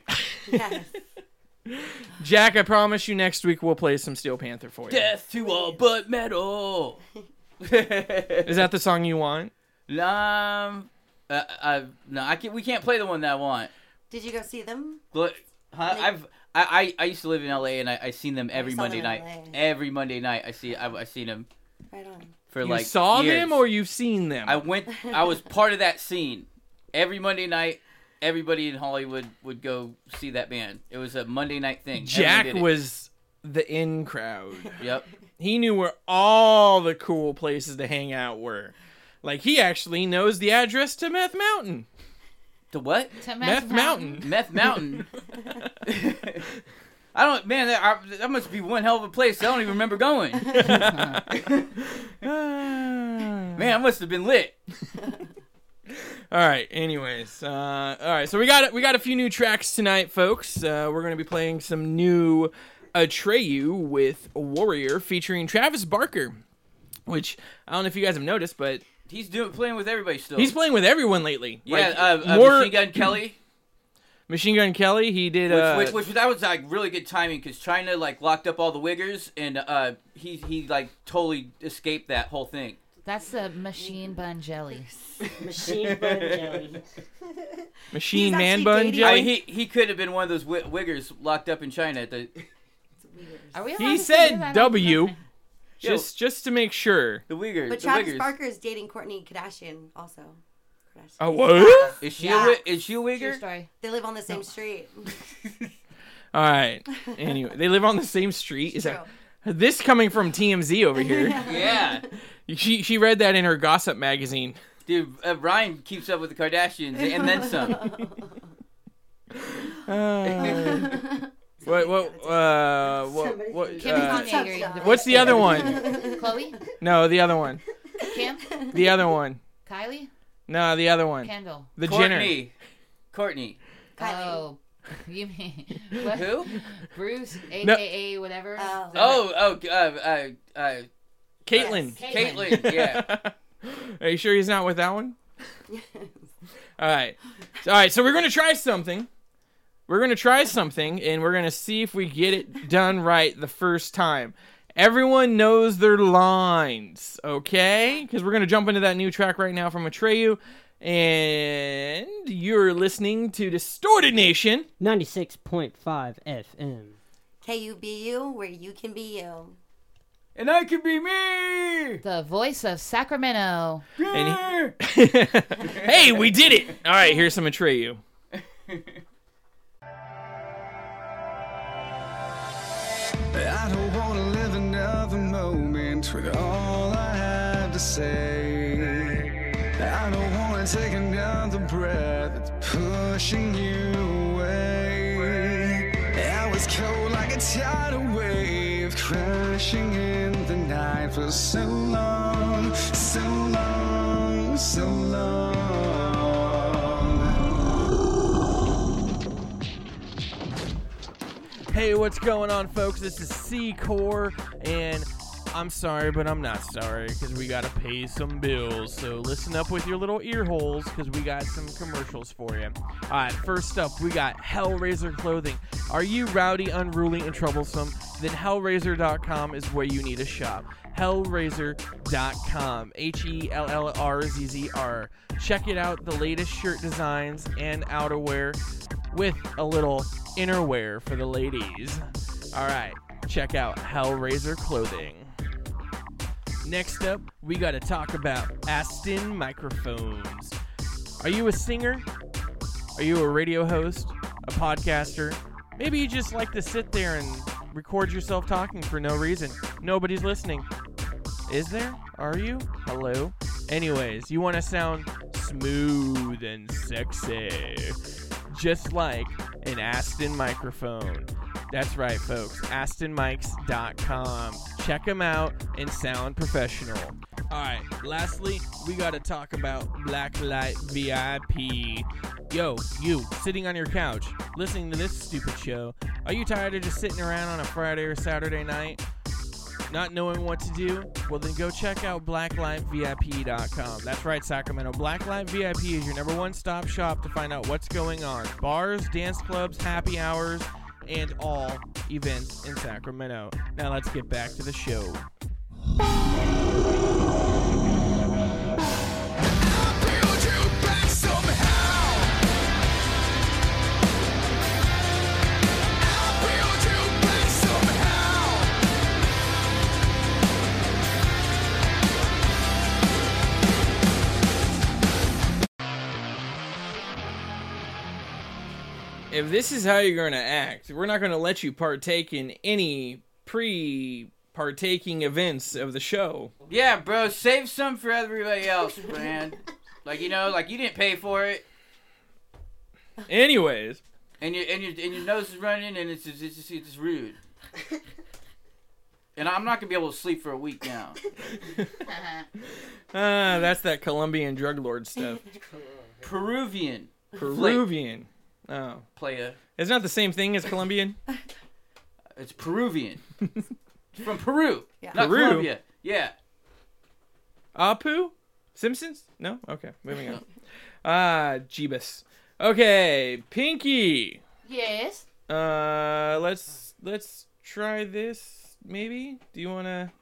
Speaker 8: Yes.
Speaker 4: Jack, I promise you, next week we'll play some Steel Panther for you.
Speaker 7: Death to all but metal.
Speaker 4: Is that the song you want?
Speaker 7: um, uh, uh, no, I can, we can't play the one that I want.
Speaker 8: Did you go see them?
Speaker 7: Look, huh, I've I, I I used to live in L.A. and I I seen them every
Speaker 8: saw them
Speaker 7: Monday
Speaker 8: in
Speaker 7: night.
Speaker 8: LA.
Speaker 7: Every Monday night, I see I've I seen them
Speaker 8: Right on.
Speaker 7: for
Speaker 4: You
Speaker 7: like
Speaker 4: saw
Speaker 7: years.
Speaker 4: them or you've seen them?
Speaker 7: I went. I was part of that scene. Every Monday night, everybody in Hollywood would go see that band. It was a Monday night thing. Everyone
Speaker 4: Jack
Speaker 7: did it.
Speaker 4: was the in crowd.
Speaker 7: Yep.
Speaker 4: he knew where all the cool places to hang out were. Like he actually knows the address to Meth Mountain.
Speaker 7: The what?
Speaker 5: To
Speaker 4: Meth Mountain.
Speaker 7: Meth Mountain. I don't, man. That, I, that must be one hell of a place. I don't even remember going.
Speaker 4: Ah.
Speaker 7: Man, I must have been lit.
Speaker 4: all right. Anyways, uh, all right. So we got we got a few new tracks tonight, folks. Uh, we're gonna be playing some new Atreyu with Warrior featuring Travis Barker, which I don't know if you guys have noticed, but
Speaker 7: He's doing playing with everybody still.
Speaker 4: he's playing with everyone lately.
Speaker 7: Oh. Yeah,
Speaker 4: Like,
Speaker 7: uh, uh,
Speaker 4: more
Speaker 7: Machine Gun Kelly,
Speaker 4: Machine Gun Kelly. He did.
Speaker 7: which,
Speaker 4: uh,
Speaker 7: which, which that was like really good timing because China like locked up all the Wiggers and uh, he he like totally escaped that whole thing.
Speaker 5: That's the machine bun jelly.
Speaker 9: Machine bun jelly.
Speaker 4: Machine
Speaker 8: He's
Speaker 4: Man
Speaker 8: actually
Speaker 4: Bun
Speaker 8: dating-
Speaker 7: I
Speaker 4: Jelly.
Speaker 7: mean, he he could have been one of those wi- Wiggers locked up in China. At the
Speaker 5: Are we allowed
Speaker 4: He
Speaker 5: to say that? I
Speaker 4: said
Speaker 5: don't
Speaker 4: W
Speaker 5: know.
Speaker 4: just just to make sure.
Speaker 7: the Wiggers.
Speaker 8: But
Speaker 7: the
Speaker 8: Travis
Speaker 7: Wiggers.
Speaker 8: Barker is dating Courtney Kardashian also. Kardashian.
Speaker 4: Oh what?
Speaker 7: Is she
Speaker 8: Yeah.
Speaker 7: a wi- is she a
Speaker 5: True
Speaker 7: Wigger?
Speaker 5: story.
Speaker 8: They live on the same street.
Speaker 4: All right. Anyway, they live on the same street. Is that
Speaker 8: True.
Speaker 4: this coming from TMZ over here?
Speaker 7: Yeah,
Speaker 4: she she read that in her gossip magazine.
Speaker 7: dude. Uh, Ryan keeps up with the Kardashians and then some.
Speaker 4: Uh, what what uh what, what
Speaker 5: Kim's
Speaker 4: uh,
Speaker 5: not angry.
Speaker 8: What's
Speaker 4: what's the other one?
Speaker 5: Chloe,
Speaker 4: No, the other one.
Speaker 5: Kim,
Speaker 4: The other one.
Speaker 5: Kylie,
Speaker 4: No, the other one.
Speaker 5: Kendall.
Speaker 4: The Jenner.
Speaker 7: Courtney, Courtney,
Speaker 8: Kylie.
Speaker 5: Oh, you mean what?
Speaker 7: who?
Speaker 5: Bruce, aka whatever.
Speaker 8: Oh.
Speaker 7: Oh, oh, uh, uh, uh,
Speaker 4: Caitlin.
Speaker 7: Caitlyn. Yeah.
Speaker 4: Are you sure he's not with that one? All right. So, all right. So we're gonna try something. We're gonna try something, and we're gonna see if we get it done right the first time. Everyone knows their lines, okay? Because we're gonna jump into that new track right now from Atreyu, and you're listening to Distorted Nation.
Speaker 9: 96.5 FM.
Speaker 8: KUBU, where you can be you.
Speaker 7: and I could be me.
Speaker 5: The voice of Sacramento.
Speaker 4: And he- hey, we did it! All right, here's some Atreyu.
Speaker 6: I don't wanna live another moment with all I have to say. I don't wanna take another breath that's pushing you away. I was cold like a tidal wave, crashing in the night for so long, so long, so long.
Speaker 4: Hey, what's going on, folks? This is C Core, and I'm sorry, but I'm not sorry because we got to pay some bills. So listen up with your little ear holes because we got some commercials for you. All right, first up, we got Hellraiser clothing. Are you rowdy, unruly, and troublesome? Then Hellraiser.com is where you need to shop. Hellraiser.com. H E L L R Z Z R. Check it out, the latest shirt designs and outerwear. with a little innerwear for the ladies. All right, check out Hellraiser Clothing. Next up, we got to talk about Aston Microphones. Are you a singer? Are you a radio host? A podcaster? Maybe you just like to sit there and record yourself talking for no reason. Nobody's listening. Is there? Are you? Hello? Anyways, you want to sound smooth and sexy. Just like an Aston microphone. That's right, folks. AstonMics.com. Check them out and sound professional. All right, lastly, we got to talk about Blacklight VIP. Yo, you sitting on your couch listening to this stupid show, are you tired of just sitting around on a Friday or Saturday night? not knowing what to do? Well, then go check out blacklightvip.com. That's right, Sacramento. Blacklight VIP is your number one stop shop to find out what's going on bars, dance clubs, happy hours, and all events in Sacramento. Now, let's get back to the show. If this is how you're going to act, we're not going to let you partake in any pre partaking events of the show.
Speaker 7: Yeah, bro, save some for everybody else, man. like you know, like you didn't pay for it,
Speaker 4: Anyways,
Speaker 7: and your and your and your nose is running, and it's just, it's just, it's just rude. And I'm not gonna be able to sleep for a week now.
Speaker 4: ah, that's that Colombian drug lord stuff.
Speaker 7: Peruvian
Speaker 4: Peruvian. Oh.
Speaker 7: player,
Speaker 4: It's not the same thing as Colombian.
Speaker 7: it's Peruvian. It's from Peru,
Speaker 8: Yeah.
Speaker 7: not
Speaker 4: Peru?
Speaker 7: Colombia. Yeah,
Speaker 4: Apu? Simpsons? No? Okay, moving on. Ah, Jeebus. Okay, Pinky.
Speaker 5: Yes.
Speaker 4: Uh let's let's try this maybe. Do you wanna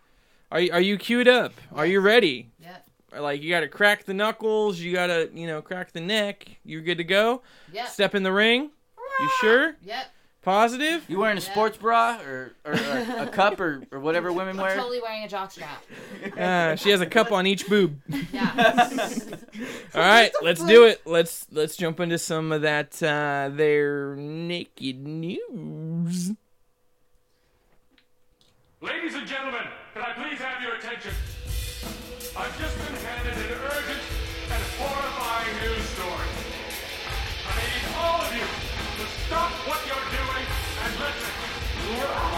Speaker 4: are you, are you queued up? Are you ready?
Speaker 5: Yep.
Speaker 4: Like you gotta crack the knuckles, you gotta, you know, crack the neck. You're good to go.
Speaker 5: Yep.
Speaker 4: Step in the ring. You sure?
Speaker 5: Yep.
Speaker 4: Positive?
Speaker 7: you wearing a sports bra or or a, a cup or, or whatever women
Speaker 5: I'm
Speaker 7: wear?
Speaker 5: totally wearing a jockstrap.
Speaker 4: Uh, she has a cup on each boob.
Speaker 5: Yeah.
Speaker 4: All right, let's do it. Let's let's jump into some of that uh their naked news.
Speaker 1: Ladies and gentlemen, can I please have your attention? I've just been handed an urgent and horrifying news story. I need all of you to stop what you're doing and listen.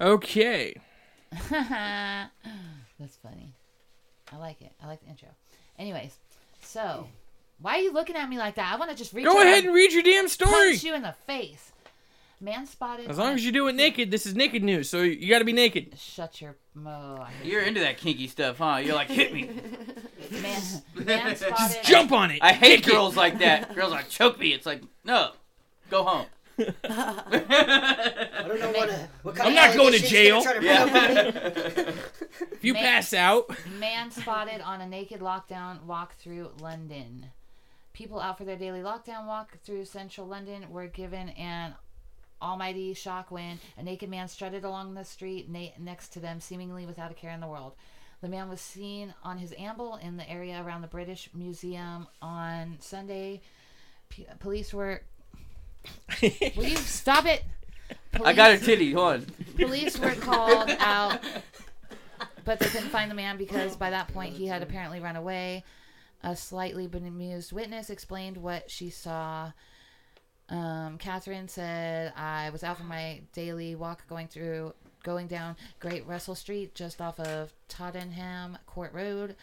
Speaker 4: Okay.
Speaker 5: That's funny. I like it. I like the intro. Anyways, so why are you looking at me like that? I want to just reach
Speaker 4: Go
Speaker 5: out
Speaker 4: ahead and read your damn story.
Speaker 5: punch you in the face. Man spotted.
Speaker 4: As long as you do it naked, this is naked news, so you got to be naked.
Speaker 5: Shut your mo. I hate
Speaker 7: You're into that kinky stuff, huh? You're like, hit me.
Speaker 5: you. Man, man spotted.
Speaker 4: Jump on it.
Speaker 7: I hate girls like that. Girls like choke me. It's like, no, go home.
Speaker 10: I don't know what, uh, what kind
Speaker 4: I'm not
Speaker 10: of
Speaker 4: going to
Speaker 10: allegations
Speaker 4: jail.
Speaker 10: they're trying to bring up.
Speaker 7: Yeah.
Speaker 4: If you
Speaker 5: Man.
Speaker 4: pass out,
Speaker 5: Man spotted on a naked lockdown walk through London. People out for their daily lockdown walk through central London were given an almighty shock when a naked man strutted along the street na- next to them, seemingly without a care in the world. The man was seen on his amble in the area around the British Museum on Sunday. P- police were. Will you stop it?
Speaker 7: I got her titty. Hold on.
Speaker 5: Police were called out, but they couldn't find the man because by that point he had apparently run away. A slightly bemused witness explained what she saw. Um, Catherine said, I was out for my daily walk going through, going down Great Russell Street just off of Tottenham Court Road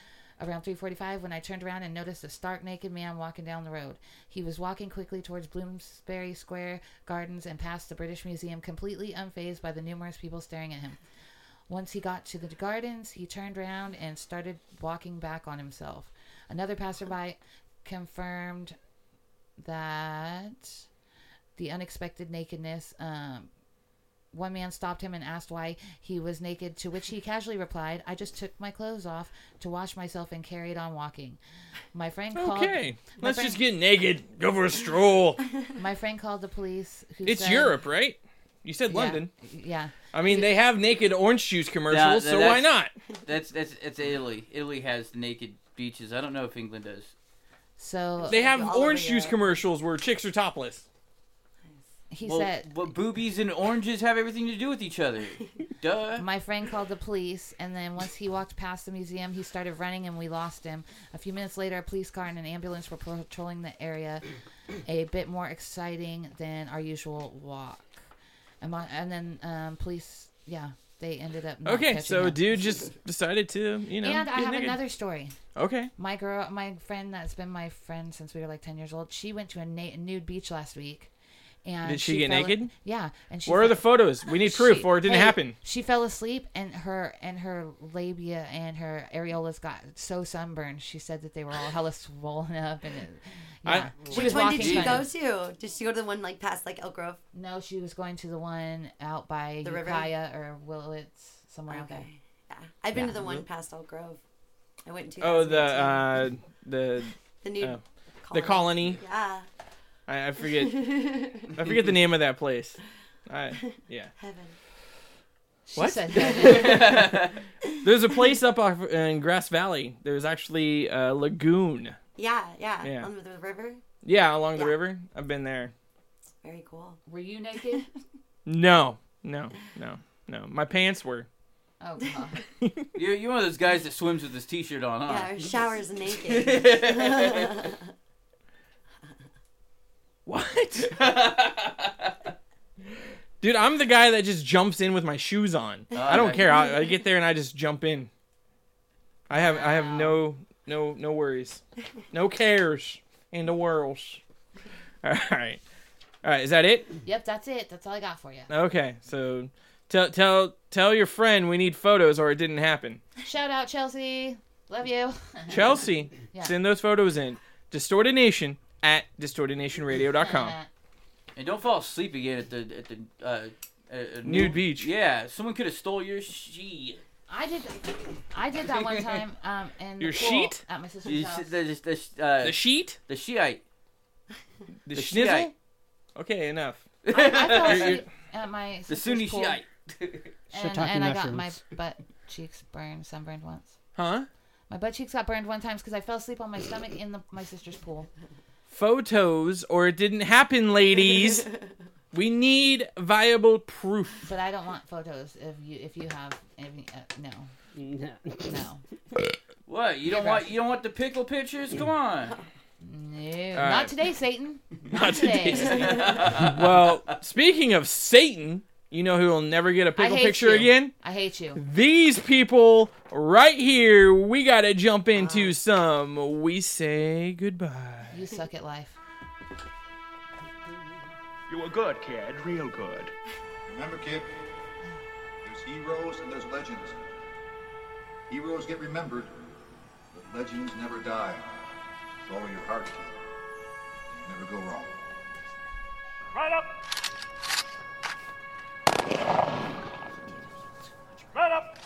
Speaker 5: around 3.45 when I turned around and noticed a stark naked man walking down the road. He was walking quickly towards Bloomsbury Square Gardens and past the British Museum completely unfazed by the numerous people staring at him. Once he got to the gardens, he turned round and started walking back on himself. Another passerby confirmed that the unexpected nakedness. Um, one man stopped him and asked why he was naked, to which he casually replied, I just took my clothes off to wash myself and carried on walking. My friend called.
Speaker 4: Okay,
Speaker 5: my
Speaker 4: let's
Speaker 5: friend-
Speaker 4: just get naked, go for a stroll.
Speaker 5: My friend called the police. Who
Speaker 4: It's
Speaker 5: said-
Speaker 4: Europe, right? You said
Speaker 5: Yeah,
Speaker 4: London.
Speaker 5: Yeah.
Speaker 4: I mean, they have naked orange juice commercials,
Speaker 7: Yeah,
Speaker 4: so
Speaker 7: that's-
Speaker 4: why not?
Speaker 7: That's that's it's Italy. Italy has naked beaches. I don't know if England does.
Speaker 5: So
Speaker 4: They have
Speaker 10: all over
Speaker 4: orange juice
Speaker 10: Europe.
Speaker 4: commercials where chicks are topless.
Speaker 5: he
Speaker 7: Well,
Speaker 5: said
Speaker 7: but boobies and oranges have everything to do with each other. Duh.
Speaker 5: My friend called the police, and then once he walked past the museum, he started running, and we lost him. A few minutes later, a police car and an ambulance were patrolling the area, a bit more exciting than our usual walk. And, my, and then um, police, yeah, they ended up. Not
Speaker 4: Okay,
Speaker 5: catching
Speaker 4: so
Speaker 5: him.
Speaker 4: dude just decided to, you know.
Speaker 5: And I
Speaker 4: get
Speaker 5: have
Speaker 4: naked.
Speaker 5: another story.
Speaker 4: Okay.
Speaker 5: My girl, my friend that's been my friend since we were like ten years old. She went to a na- nude beach last week, and
Speaker 4: Did she get
Speaker 5: fell in-
Speaker 4: naked?
Speaker 5: yeah, and she
Speaker 4: Where are
Speaker 5: fell-
Speaker 4: the photos? We need proof,
Speaker 5: she-
Speaker 4: or it didn't
Speaker 5: hey,
Speaker 4: happen.
Speaker 5: She fell asleep, and her and her labia and her areolas got so sunburned. She said that they were all hella swollen up, and it,
Speaker 4: I-
Speaker 5: yeah. she
Speaker 8: Which one did
Speaker 5: walking
Speaker 8: she go
Speaker 5: funny.
Speaker 8: to? Did she go to the one like past like Elk Grove?
Speaker 5: No, she was going to the one out by
Speaker 8: The river?
Speaker 5: Ukiah or Willits somewhere out there.
Speaker 8: Okay. Yeah. I've been to the one past Elk Grove. I went to
Speaker 4: Oh, the uh, the
Speaker 8: the new
Speaker 4: oh. the colony.
Speaker 8: Yeah.
Speaker 4: I, I forget. I forget the name of that place. I, yeah.
Speaker 8: Heaven.
Speaker 5: She
Speaker 4: What?
Speaker 5: said that.
Speaker 4: There's a place up off in Grass Valley. There's actually a lagoon.
Speaker 8: Yeah, yeah.
Speaker 4: Yeah.
Speaker 8: On the, the river.
Speaker 4: Yeah, along the
Speaker 8: Yeah.
Speaker 4: river. I've been there.
Speaker 8: Very cool.
Speaker 5: were you naked?
Speaker 4: No, no, no, no. My pants were.
Speaker 5: Oh god.
Speaker 7: You're, you're one of those guys that swims with his t-shirt on, huh?
Speaker 8: Yeah, or showers naked.
Speaker 4: What? Dude, I'm the guy that just jumps in with my shoes on. I don't
Speaker 7: okay.
Speaker 4: care. I, I get there and I just jump in. I have I have no no no worries, no cares in the world. All right, all right. Is that it?
Speaker 5: yep, that's it. That's all I got for you.
Speaker 4: Okay. So tell tell tell your friend we need photos or it didn't happen.
Speaker 5: Shout out Chelsea. Love you.
Speaker 4: Chelsea,
Speaker 5: Yeah.
Speaker 4: send those photos in. Distorted Nation at distortednationradio.com.
Speaker 7: And don't fall asleep again at the at the uh, at- at
Speaker 4: Nude beach.
Speaker 7: Yeah, someone could have stole your she.
Speaker 5: I did. I did that one time. Um, in the
Speaker 4: Your
Speaker 5: pool
Speaker 4: sheet?
Speaker 5: at my sister's
Speaker 7: The,
Speaker 5: house.
Speaker 7: the, the, the, uh,
Speaker 4: The sheet,
Speaker 7: the Shiite.
Speaker 4: the,
Speaker 7: The
Speaker 4: schnizzle.
Speaker 7: Shiite.
Speaker 4: Okay, enough.
Speaker 5: I fell
Speaker 7: You're-
Speaker 5: asleep at my
Speaker 7: The
Speaker 5: sister's
Speaker 7: Sunni
Speaker 5: pool,
Speaker 7: Shiite.
Speaker 5: and,
Speaker 9: Shiitake
Speaker 5: and I got my
Speaker 9: mushrooms.
Speaker 5: butt cheeks burned, sunburned once.
Speaker 4: Huh?
Speaker 5: My butt cheeks got burned one time because I fell asleep on my stomach in the, my sister's pool.
Speaker 4: Photos or it didn't happen, ladies. we need viable proof.
Speaker 5: But I don't want photos if you if you have any. Uh, no,
Speaker 9: No.
Speaker 5: no,
Speaker 7: What? You don't want you don't want the pickle pictures? Come on.
Speaker 5: no.
Speaker 4: right.
Speaker 5: Not today, Satan. Not,
Speaker 4: today, well, speaking of Satan, you know who will never get a
Speaker 5: I
Speaker 4: pickle
Speaker 5: hate
Speaker 4: picture
Speaker 5: you.
Speaker 4: again?
Speaker 5: I hate you.
Speaker 4: These people right here, we got to jump
Speaker 5: Uh.
Speaker 4: into some. We say goodbye.
Speaker 5: You suck at life.
Speaker 11: You were good, kid, real good.
Speaker 12: Remember, kid, there's heroes and there's legends. Heroes get remembered, but legends never die. Follow your heart, kid. Never go wrong.
Speaker 1: Right up. Right up.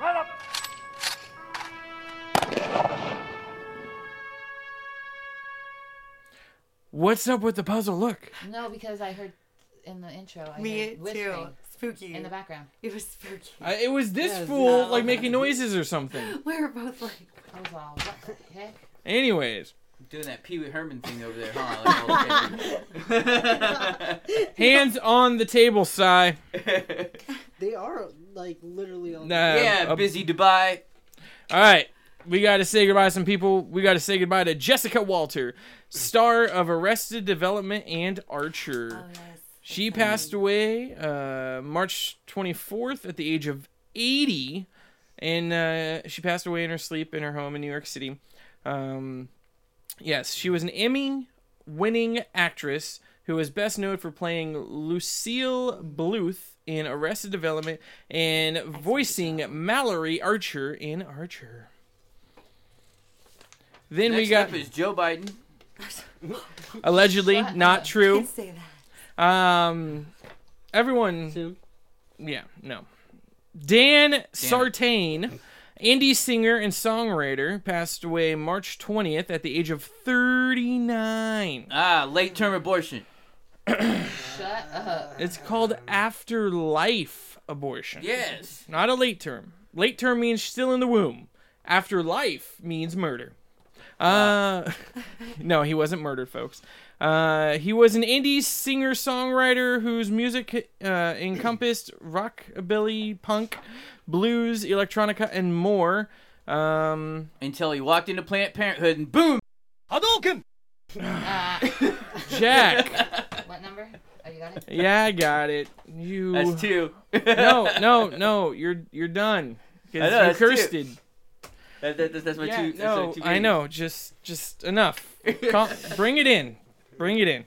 Speaker 1: Right up.
Speaker 4: What's up with the puzzle look?
Speaker 5: No, because I heard in the intro. I
Speaker 8: Me
Speaker 5: heard
Speaker 8: too.
Speaker 5: whispering
Speaker 8: Spooky.
Speaker 5: in the background.
Speaker 8: It was spooky.
Speaker 4: Uh, it was this
Speaker 9: Yes.
Speaker 4: fool
Speaker 8: No.
Speaker 4: like making noises or something.
Speaker 8: we were both like,
Speaker 5: I was all, what the heck?
Speaker 4: Anyways,
Speaker 7: Doing that Pee Wee Herman thing over there, huh? Like,
Speaker 4: hands on the table, Sai. Um,
Speaker 9: They are like literally on.
Speaker 4: Nah,
Speaker 7: yeah,
Speaker 4: a-
Speaker 7: busy Dubai.
Speaker 4: Um, uh, All right. we got to say goodbye to some people. We got to say goodbye to Jessica Walter, star of Arrested Development and Archer.
Speaker 8: oh,
Speaker 4: She passed away uh, March 24th at the age of 80, and uh, she passed away in her sleep in her home in New York City. Um, yes, she was an Emmy winning actress who is best known for playing Lucille Bluth in Arrested Development and voicing Mallory Archer in Archer. Then we
Speaker 7: Next
Speaker 4: got
Speaker 7: up is Joe Biden.
Speaker 4: allegedly
Speaker 7: Shut
Speaker 4: not
Speaker 7: up.
Speaker 4: true.
Speaker 7: Can't say
Speaker 4: Um, everyone. Yeah, no. Dan Sartain, indie singer and songwriter, passed away March 20th at the age of 39.
Speaker 7: Ah, late term abortion.
Speaker 5: Shut up.
Speaker 4: It's called afterlife abortion.
Speaker 7: Yes.
Speaker 4: Not a late term. Late term means still in the womb. Afterlife means murder. Uh, no, he wasn't murdered, folks. Uh, he was an indie singer songwriter whose music uh, encompassed rockabilly, punk, blues, electronica, and more. Um,
Speaker 7: Until he walked into Planned Parenthood and boom! Hadouken!
Speaker 4: Jack.
Speaker 5: Uh, What number? Oh, you got it?
Speaker 4: Yeah, I got it. You.
Speaker 7: That's two.
Speaker 4: no, no, no. You're you're done. 'Cause
Speaker 7: I know,
Speaker 4: you
Speaker 7: that's two.
Speaker 4: cursed. it.
Speaker 7: That, that, that's, that's my
Speaker 4: Yeah,
Speaker 7: two. that's my
Speaker 4: no,
Speaker 7: two
Speaker 4: I
Speaker 7: babies.
Speaker 4: know. Just, just enough. Come, bring it in. Bring it in.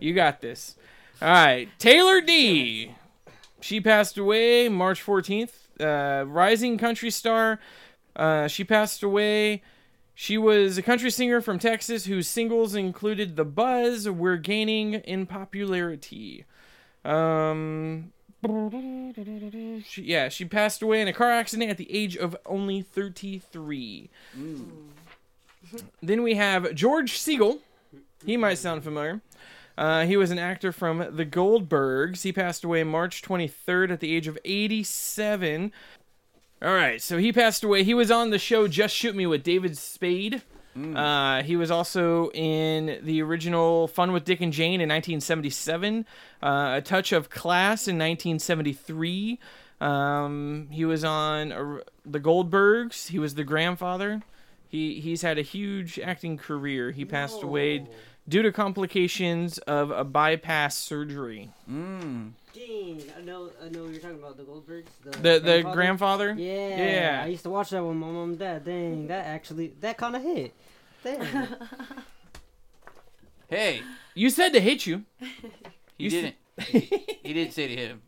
Speaker 4: You got this. All right, Taylor D. She passed away March 14th. Uh, rising country star. Uh, she passed away. She was a country singer from Texas whose singles included "The Buzz," "We're Gaining in Popularity." Um, she, yeah, she passed away in a car accident at the age of only 33. Then we have George Siegel. He might sound familiar. Uh, he was an actor from The Goldbergs. He passed away March 23rd at the age of 87. All right, so he passed away. He was on the show Just Shoot Me with David Spade.
Speaker 7: Mm.
Speaker 4: Uh, he was also in the original Fun with Dick and Jane in 1977, uh, A Touch of Class in 1973. Um, he was on uh, The Goldbergs. He was the grandfather. He he's had a huge acting career. He passed away due to complications of a bypass surgery.
Speaker 7: Mm.
Speaker 10: Dang, I know, I know. You're talking about the Goldbergs, the
Speaker 4: The- the grandfather?
Speaker 10: Yeah,
Speaker 4: Yeah.
Speaker 10: I used to watch that with my mom and dad. Dang, that actually, that kind of hit. Dang.
Speaker 7: Hey,
Speaker 4: you said to hit you.
Speaker 7: He
Speaker 4: You
Speaker 7: didn't. he didn't say to hit him.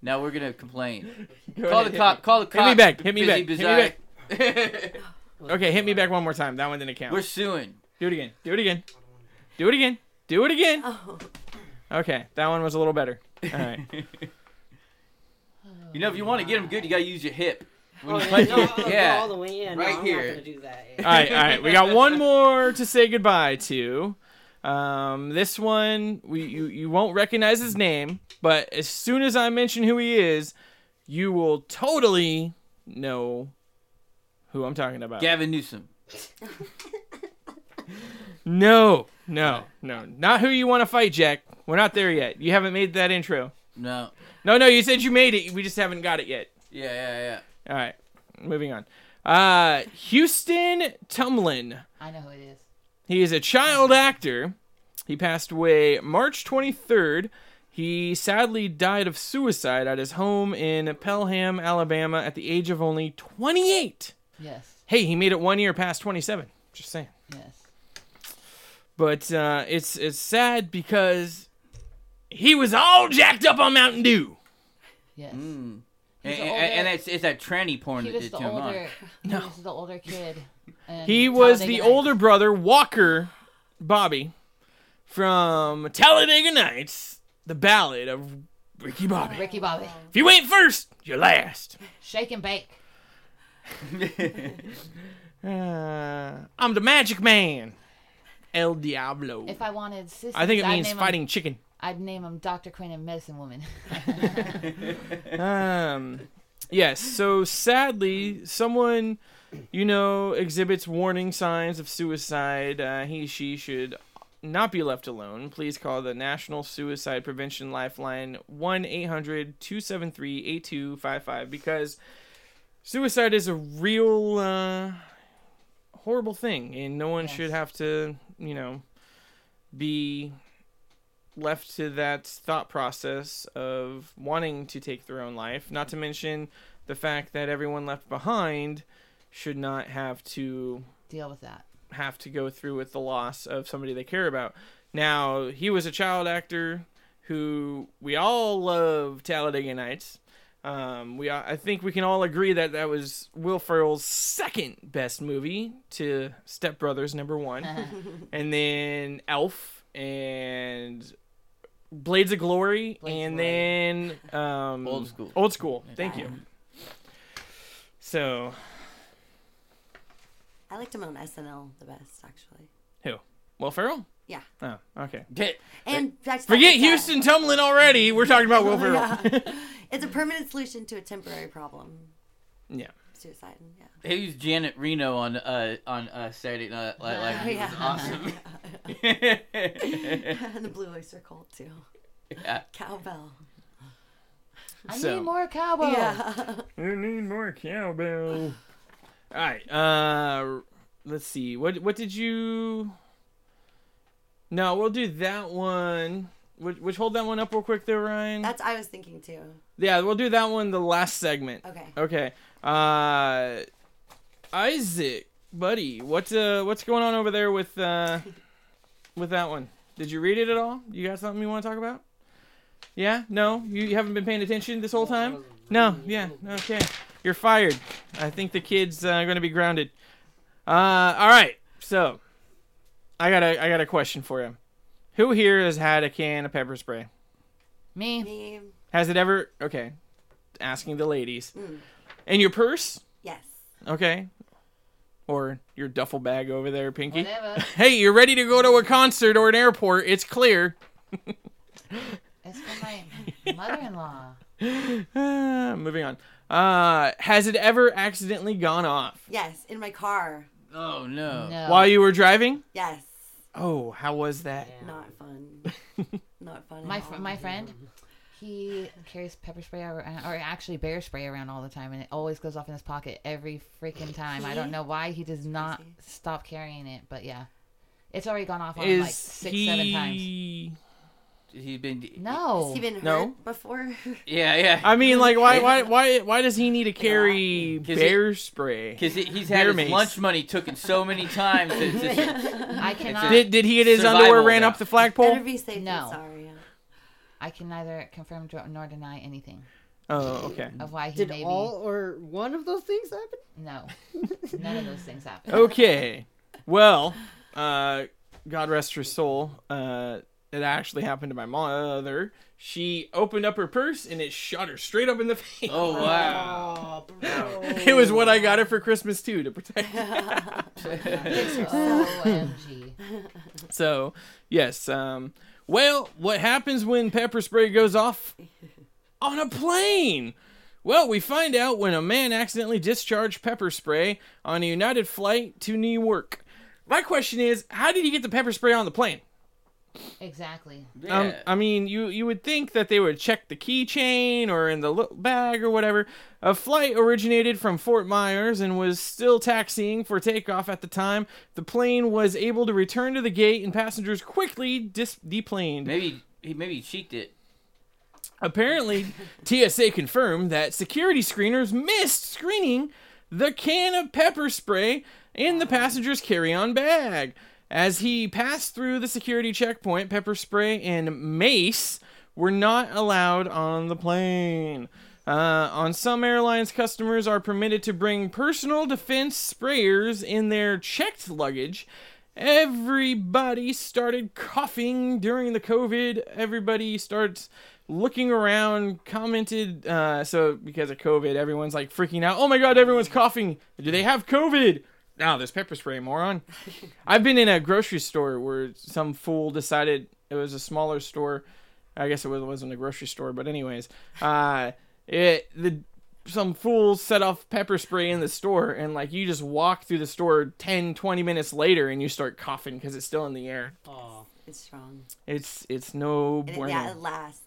Speaker 7: Now we're gonna complain.
Speaker 4: Go
Speaker 7: call
Speaker 4: ahead,
Speaker 7: the
Speaker 4: hit
Speaker 7: cop.
Speaker 4: me.
Speaker 7: Call the
Speaker 4: Hit
Speaker 7: cop.
Speaker 4: me back. Hit me
Speaker 7: Busy
Speaker 4: back. Hit me
Speaker 7: Bizarre.
Speaker 4: back. Okay, hit me back one more time. That one didn't count.
Speaker 7: We're suing.
Speaker 4: Do it again. Do it again. Do it again. Do it again.
Speaker 8: Oh.
Speaker 4: Okay, that one was a little better. All right.
Speaker 7: You know, if you want to get him good, you gotta use your hip.
Speaker 10: Oh,
Speaker 7: you
Speaker 10: yeah,
Speaker 7: punch
Speaker 10: no,
Speaker 7: it.
Speaker 10: I'll go
Speaker 7: yeah,
Speaker 10: all the way in. No,
Speaker 7: right
Speaker 10: I'm not
Speaker 7: here.
Speaker 10: gonna do that,
Speaker 4: all right, all right. We got one more to say goodbye to. Um, this one we you, you won't recognize his name, but as soon as I mention who he is, you will totally know who I'm talking about.
Speaker 7: Gavin Newsom.
Speaker 4: No, no, no. Not who you want to fight, Jack. We're not there yet. You haven't made that intro.
Speaker 7: No.
Speaker 4: No, no, you said you made it. We just haven't got it yet.
Speaker 7: Yeah, yeah, yeah.
Speaker 4: All right. Moving on. Uh Houston Tumlin.
Speaker 5: I know who it is.
Speaker 4: He is a child actor. He passed away March 23rd. He sadly died of suicide at his home in Pelham, Alabama at the age of only 28.
Speaker 5: Yes.
Speaker 4: Hey, he made it one year past 27. Just saying.
Speaker 5: Yes.
Speaker 4: But uh, it's it's sad because he was all jacked up on Mountain Dew.
Speaker 5: Yes.
Speaker 7: Mm. And,
Speaker 5: He's
Speaker 7: and,
Speaker 5: older-
Speaker 7: and it's, it's that tranny porn
Speaker 5: He
Speaker 7: that
Speaker 5: was
Speaker 7: did
Speaker 5: the
Speaker 7: to him on.
Speaker 5: older. He was the older kid. and
Speaker 4: He was
Speaker 5: Talladega
Speaker 4: the
Speaker 5: Nights.
Speaker 4: older brother, Walker Bobby, from Talladega Nights, the ballad of Ricky Bobby.
Speaker 5: Ricky Bobby.
Speaker 4: If you ain't first, you're last.
Speaker 5: Shake and bake.
Speaker 4: Uh, I'm the magic man, El Diablo.
Speaker 5: If I wanted sissies,
Speaker 4: I think it
Speaker 5: I'd
Speaker 4: means
Speaker 5: name 'em-
Speaker 4: fighting chicken.
Speaker 5: I'd name him Doctor Quinn and Medicine Woman.
Speaker 4: um, yes. So sadly, someone you know exhibits warning signs of suicide. Uh, he, she should not be left alone. Please call the National Suicide Prevention Lifeline 1 800 273 8255 because suicide is a real uh, horrible thing, and no one should have to, you know, be left to that thought process of wanting to take their own life. Not to mention the fact that everyone left behind should not have to
Speaker 5: deal with that.
Speaker 4: Have to go through with the loss of somebody they care about. Now, he was a child actor who we all love Talladega Nights. Um, we I think we can all agree that that was Will Ferrell's second best movie to Step Brothers number 1 and then Elf and Blades of Glory and then um,
Speaker 7: Old School.
Speaker 4: Old School. Thank you.
Speaker 8: Um,
Speaker 4: So,
Speaker 8: I liked him on SNL the best, actually.
Speaker 4: who? Will Ferrell?
Speaker 8: Yeah.
Speaker 4: Oh, okay.
Speaker 8: And that's
Speaker 4: Forget Houston Tumblin already. We're talking about Will Ferrell.
Speaker 8: It's a permanent solution to a temporary problem.
Speaker 4: Yeah.
Speaker 8: Suicide. Yeah.
Speaker 7: They used Janet Reno on uh on uh, Saturday Night Live.
Speaker 8: Oh,
Speaker 7: It
Speaker 8: yeah.
Speaker 7: was awesome.
Speaker 8: and the Blue Oyster Cult too.
Speaker 7: Yeah.
Speaker 8: Cowbell.
Speaker 5: I
Speaker 4: So-
Speaker 5: need more cowboy.
Speaker 8: Yeah.
Speaker 4: You need more cowbell. All right. Uh, let's see. What what did you? No, we'll do that one. Which, which hold that one up real quick there, Ryan.
Speaker 8: That's I was thinking too.
Speaker 4: Yeah, we'll do that one the last segment.
Speaker 8: Okay.
Speaker 4: Okay. Uh, Isaac, buddy, what's uh what's going on over there with uh with that one? Did you read it at all? You got something you want to talk about? Yeah? No? You you haven't been paying attention this whole time? No. Yeah. Okay. You're fired. I think the kid's uh, going to be grounded. Uh, all right. So, I got a I got a question for you. Who here has had a can of pepper spray?
Speaker 5: Me.
Speaker 8: Me.
Speaker 4: Has it ever? Okay, asking the ladies.
Speaker 8: Mm.
Speaker 4: In your purse?
Speaker 8: Yes.
Speaker 4: Okay. Or your duffel bag over there, Pinky.
Speaker 5: Whatever.
Speaker 4: hey, you're ready to go to a concert or an airport. It's clear.
Speaker 5: It's for my mother-in-law.
Speaker 4: Ah, moving on. Uh, has it ever accidentally gone off
Speaker 8: Yes. In my car.
Speaker 7: Oh no.
Speaker 4: while you were driving?
Speaker 8: Yes.
Speaker 4: Oh, how was that?
Speaker 8: Not fun. Not fun. at
Speaker 5: My
Speaker 8: all.
Speaker 5: fr- my friend, he carries pepper spray around, or actually bear spray around all the time, and it always goes off in his pocket every freaking time. I don't know why he does not stop carrying it, but yeah, it's already gone off on him like
Speaker 4: Is
Speaker 5: six, seven times.
Speaker 7: He's been.
Speaker 5: No,
Speaker 8: Has he been hurt
Speaker 4: No.
Speaker 8: before?
Speaker 7: Yeah, yeah.
Speaker 4: I mean, like, why, why, why, why does he need to carry
Speaker 7: he-
Speaker 4: bear spray?
Speaker 7: Because he's had
Speaker 4: Bear
Speaker 7: his
Speaker 4: mace.
Speaker 7: lunch money taken so many times. That it's just, I
Speaker 5: cannot-
Speaker 4: Did, did he get his
Speaker 7: Survival
Speaker 4: underwear ran
Speaker 7: now.
Speaker 4: up the flagpole?
Speaker 8: Better be safe than
Speaker 5: No.
Speaker 8: sorry.
Speaker 5: I can neither confirm dr- nor deny anything
Speaker 4: Oh, okay.
Speaker 5: of why he
Speaker 9: Did
Speaker 5: maybe
Speaker 9: all or one of those things happen?
Speaker 5: no, none of those things happen.
Speaker 4: Okay. Well, uh, God rest her soul. Uh, it actually happened to my mother. She opened up her purse and it shot her straight up in the face.
Speaker 7: Oh wow.
Speaker 4: Oh, It was what I got her for Christmas too to protect.
Speaker 5: OMG.
Speaker 4: so, yes. Um, well, what happens when pepper spray goes off on a plane? Well, we find out when a man accidentally discharged pepper spray on a United flight to New York. My question is, how did he get the pepper spray on the plane?
Speaker 5: Exactly.
Speaker 4: Um,
Speaker 7: Yeah.
Speaker 4: I mean, you you would think that they would check the keychain or in the li- bag or whatever. A flight originated from Fort Myers and was still taxiing for takeoff at the time. The plane was able to return to the gate, and passengers quickly dis- deplaned.
Speaker 7: maybe he maybe he cheeked it.
Speaker 4: Apparently, TSA confirmed that security screeners missed screening the can of pepper spray in the passenger's carry on bag. As he passed through the security checkpoint, pepper spray and mace were not allowed on the plane. Uh, on some airlines, customers are permitted to bring personal defense sprayers in their checked luggage. Everybody started coughing during the COVID. Everybody starts looking around, commented. Uh, so, because of COVID, everyone's like freaking out. Oh my God, everyone's coughing. Do they have COVID? Now there's pepper spray, moron. I've been in a grocery store where some fool decided it was a smaller store. I guess it was- wasn't a grocery store, but anyways, uh, it the some fool set off pepper spray in the store, and like you just walk through the store 10, 20 minutes later, and you start coughing because it's still in the air.
Speaker 8: It's strong.
Speaker 4: It's it's no
Speaker 8: And it-
Speaker 4: bueno.
Speaker 8: yeah, it lasts.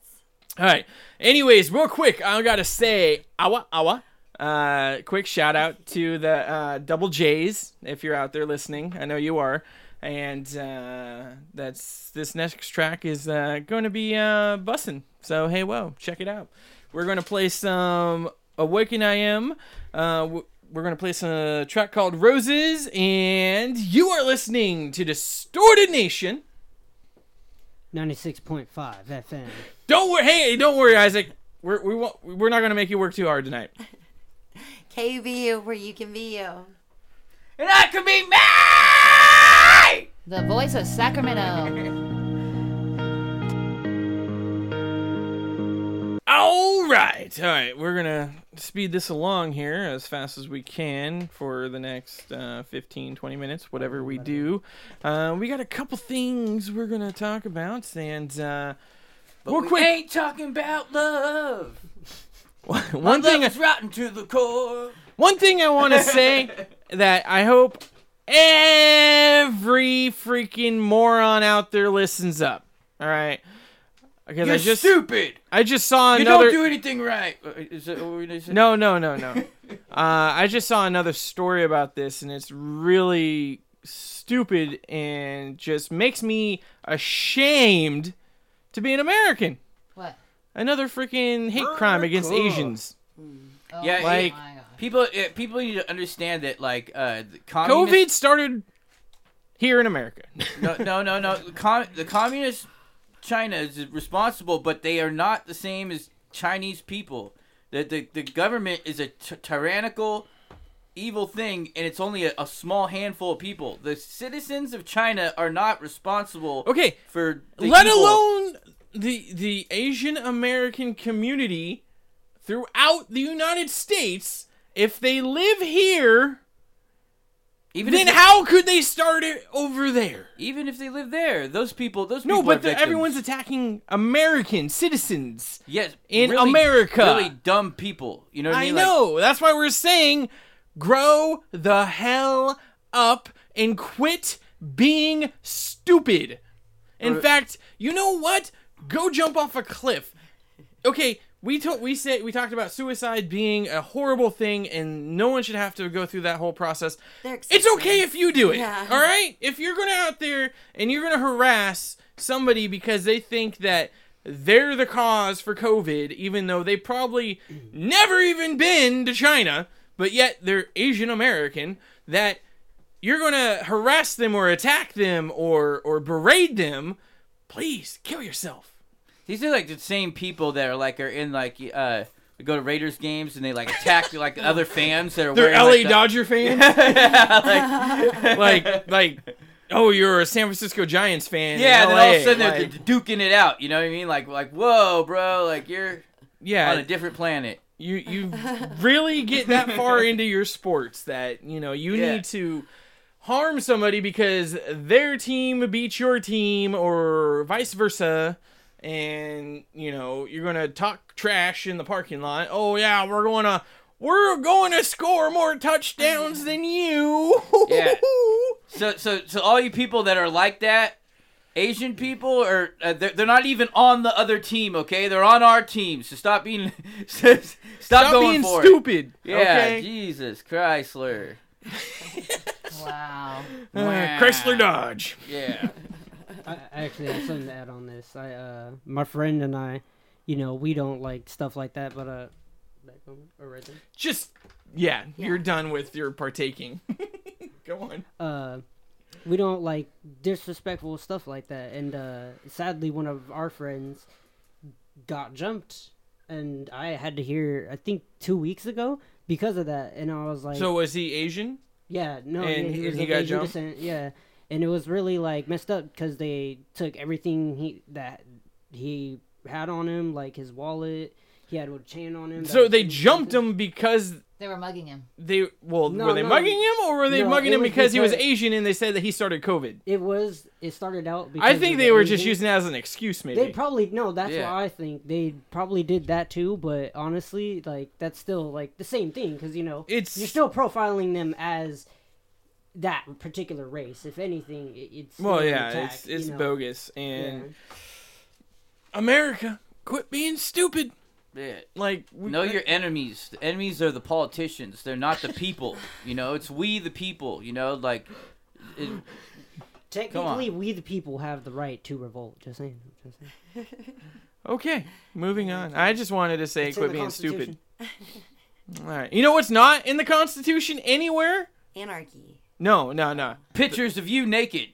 Speaker 4: All right. Anyways, real quick, I gotta say, awa awa. Uh, quick shout out to the uh, Double J's if you're out there listening. I know you are. And uh, that's this next track is uh, going to be uh, bussin'. So hey, whoa, check it out. We're going to play some Awaken I Am. Uh, w- we're going to play some a track called Roses, and you are listening to Distorted Nation.
Speaker 10: Ninety-six point five FM.
Speaker 4: Don't worry, hey, don't worry, Isaac. We're we won't, we're not going to make you work too hard tonight.
Speaker 8: KVU, where you can be you.
Speaker 7: And I can be me!
Speaker 5: The voice of Sacramento.
Speaker 4: All right, all right. We're gonna speed this along here as fast as we can for the next uh, 15, 20 minutes, whatever we do. Uh, we got a couple things we're gonna talk about, and uh,
Speaker 7: But
Speaker 4: real
Speaker 7: we
Speaker 4: quick,
Speaker 7: ain't talking about love.
Speaker 4: one
Speaker 7: My
Speaker 4: thing
Speaker 7: love is rotten to the core.
Speaker 4: One thing I want to say that I hope every freaking moron out there listens up. All right, because I
Speaker 7: You're
Speaker 4: just
Speaker 7: stupid.
Speaker 4: I just saw
Speaker 7: you
Speaker 4: another.
Speaker 7: don't do anything right. Uh, Is that what we say?
Speaker 4: No, no, no, no. uh, I just saw another story about this, and it's really stupid and just makes me ashamed to be an American.
Speaker 5: What?
Speaker 4: Another freaking hate crime against
Speaker 7: Cool.
Speaker 4: Asians.
Speaker 5: Oh
Speaker 7: yeah,
Speaker 4: Like-
Speaker 7: like people, uh, people need to understand that like uh, the
Speaker 4: COVID
Speaker 7: communist,
Speaker 4: started here in America.
Speaker 7: no, no, no, no. The, com- the communist China is responsible, but they are not the same as Chinese people. The the, the government is a t- tyrannical, evil thing, and it's only a, a small handful of people. The citizens of China are not responsible.
Speaker 4: Okay,
Speaker 7: for the
Speaker 4: let
Speaker 7: evil-
Speaker 4: alone the the Asian American community throughout the United States. If they live here,
Speaker 7: Even
Speaker 4: then
Speaker 7: if they-
Speaker 4: how could they start it over there?
Speaker 7: Even if they live there, those people, those
Speaker 4: No, Oh,
Speaker 7: people
Speaker 4: but
Speaker 7: are
Speaker 4: the-
Speaker 7: victims.
Speaker 4: everyone's attacking American citizens.
Speaker 7: yes
Speaker 4: in
Speaker 7: really-
Speaker 4: America.
Speaker 7: really dumb people. You know what I
Speaker 4: I
Speaker 7: mean? Like,
Speaker 4: know. that's why we're saying grow the hell up and quit being stupid. In
Speaker 7: Uh,
Speaker 4: fact, you know what? Go jump off a cliff. Okay, we to- we said we talked about suicide being a horrible thing and no one should have to go through that whole process. It's okay if you do it.
Speaker 2: Yeah.
Speaker 4: All right? If you're going to out there and you're going to harass somebody because they think that they're the cause for COVID even though they probably never even been to China, but yet they're Asian American that you're going to harass them or attack them or or berate them, please kill yourself.
Speaker 7: These are like the same people that are like are in like uh they go to Raiders games and they like attack like other fans that are
Speaker 4: They're
Speaker 7: wearing,
Speaker 4: LA
Speaker 7: like, the-
Speaker 4: Dodger fans. like, like oh, you're a San Francisco Giants fan. in
Speaker 7: yeah, and then all of a
Speaker 4: LA,
Speaker 7: sudden they're
Speaker 4: like-
Speaker 7: duking it out. You know what I mean? Like like whoa, bro, like you're
Speaker 4: Yeah.
Speaker 7: on a different planet.
Speaker 4: you you really get that far into your sports that you know you
Speaker 7: Yeah.
Speaker 4: need to harm somebody because their team beat your team or vice versa and you know you're gonna talk trash in the parking lot oh yeah we're gonna we're going to score more touchdowns than you
Speaker 7: Yeah. so so so all you people that are like that, Asian people are uh, they're, they're not even on the other team. Okay, they're on our team. So stop being stop,
Speaker 4: Stop
Speaker 7: going
Speaker 4: being
Speaker 7: for it.
Speaker 4: stupid,
Speaker 7: Yeah,
Speaker 4: okay?
Speaker 7: Jesus Chrysler.
Speaker 5: wow.
Speaker 4: Uh, Chrysler Dodge.
Speaker 7: Yeah.
Speaker 10: I I actually have something to add on this. I uh, my friend and I, you know, we don't like stuff like that, but uh, back over or right there.
Speaker 4: just yeah, you're done with your partaking go on
Speaker 10: uh, we don't like disrespectful stuff like that. And uh, sadly, one of our friends got jumped, and I had to hear I think two weeks ago because of that. And I was like,
Speaker 4: so was he asian
Speaker 10: yeah, no,
Speaker 4: and
Speaker 10: yeah,
Speaker 4: and
Speaker 10: he, was of
Speaker 4: got
Speaker 10: Asian
Speaker 4: jumped?
Speaker 10: descent, yeah, and it was really like messed up because they took everything he that he had on him, like his wallet. He had a chain on him. that
Speaker 4: So
Speaker 10: was
Speaker 4: they
Speaker 10: being-
Speaker 4: jumped him because
Speaker 5: They were mugging him.
Speaker 4: they well
Speaker 10: No,
Speaker 4: were they
Speaker 10: no.
Speaker 4: mugging him or were they
Speaker 10: No,
Speaker 4: mugging
Speaker 10: it
Speaker 4: him
Speaker 10: was
Speaker 4: because he was
Speaker 10: because-
Speaker 4: Asian and they said that he started COVID.
Speaker 10: It was. It started out. Because
Speaker 4: I
Speaker 10: of
Speaker 4: think
Speaker 10: the
Speaker 4: they were just
Speaker 10: Asian-
Speaker 4: using that as an excuse, maybe.
Speaker 10: They probably no. That's
Speaker 4: Yeah.
Speaker 10: what I think. They probably did that too. But honestly, like that's still like the same thing because you know
Speaker 4: It's-
Speaker 10: you're still profiling them as that particular race. If anything, it, it's
Speaker 4: well,
Speaker 10: still an
Speaker 4: yeah,
Speaker 10: attack,
Speaker 4: it's it's
Speaker 10: you know?
Speaker 4: bogus and America, quit being stupid. Like
Speaker 7: know your enemies. The enemies are the politicians. They're not the people. you know, it's we the people. You know, like it,
Speaker 10: Technically, we the people have the right to revolt. Just saying. Just saying.
Speaker 4: Okay, moving on. I just wanted to say,
Speaker 10: It's in
Speaker 4: quit
Speaker 10: the
Speaker 4: being stupid.
Speaker 8: Constitution.
Speaker 4: All right. You know what's not in the Constitution anywhere?
Speaker 8: Anarchy.
Speaker 4: No, no, no.
Speaker 7: Pictures of you naked.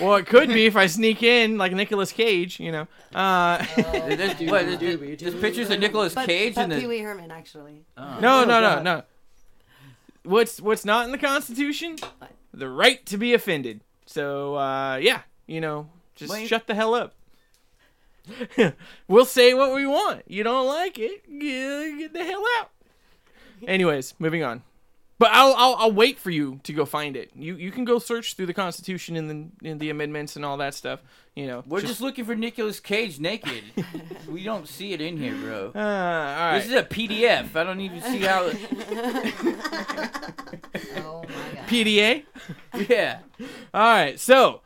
Speaker 4: Well, it could be if I sneak in like Nicolas Cage, you know. Uh,
Speaker 7: there's, what, there's, there's, pictures of Nicolas
Speaker 8: But-
Speaker 7: Cage
Speaker 8: but
Speaker 7: and the Oh.
Speaker 8: Pee Wee Herman, actually.
Speaker 4: no, no, no, no. What's what's not in the Constitution? The right to be offended. So uh, yeah, you know, just
Speaker 2: Blame-
Speaker 4: shut the hell up. we'll say what we want. You don't like it? Get, get the hell out. Anyways, moving on. But I'll, I'll I'll wait for you to go find it. You you can go search through the Constitution and the in the amendments and all that stuff. You know,
Speaker 7: We're just looking for Nicolas Cage naked. we don't see it in here, bro.
Speaker 4: Uh, all right.
Speaker 7: This is a PDF. I don't even see how.
Speaker 5: Oh
Speaker 4: PDA.
Speaker 7: Yeah.
Speaker 4: All right. So,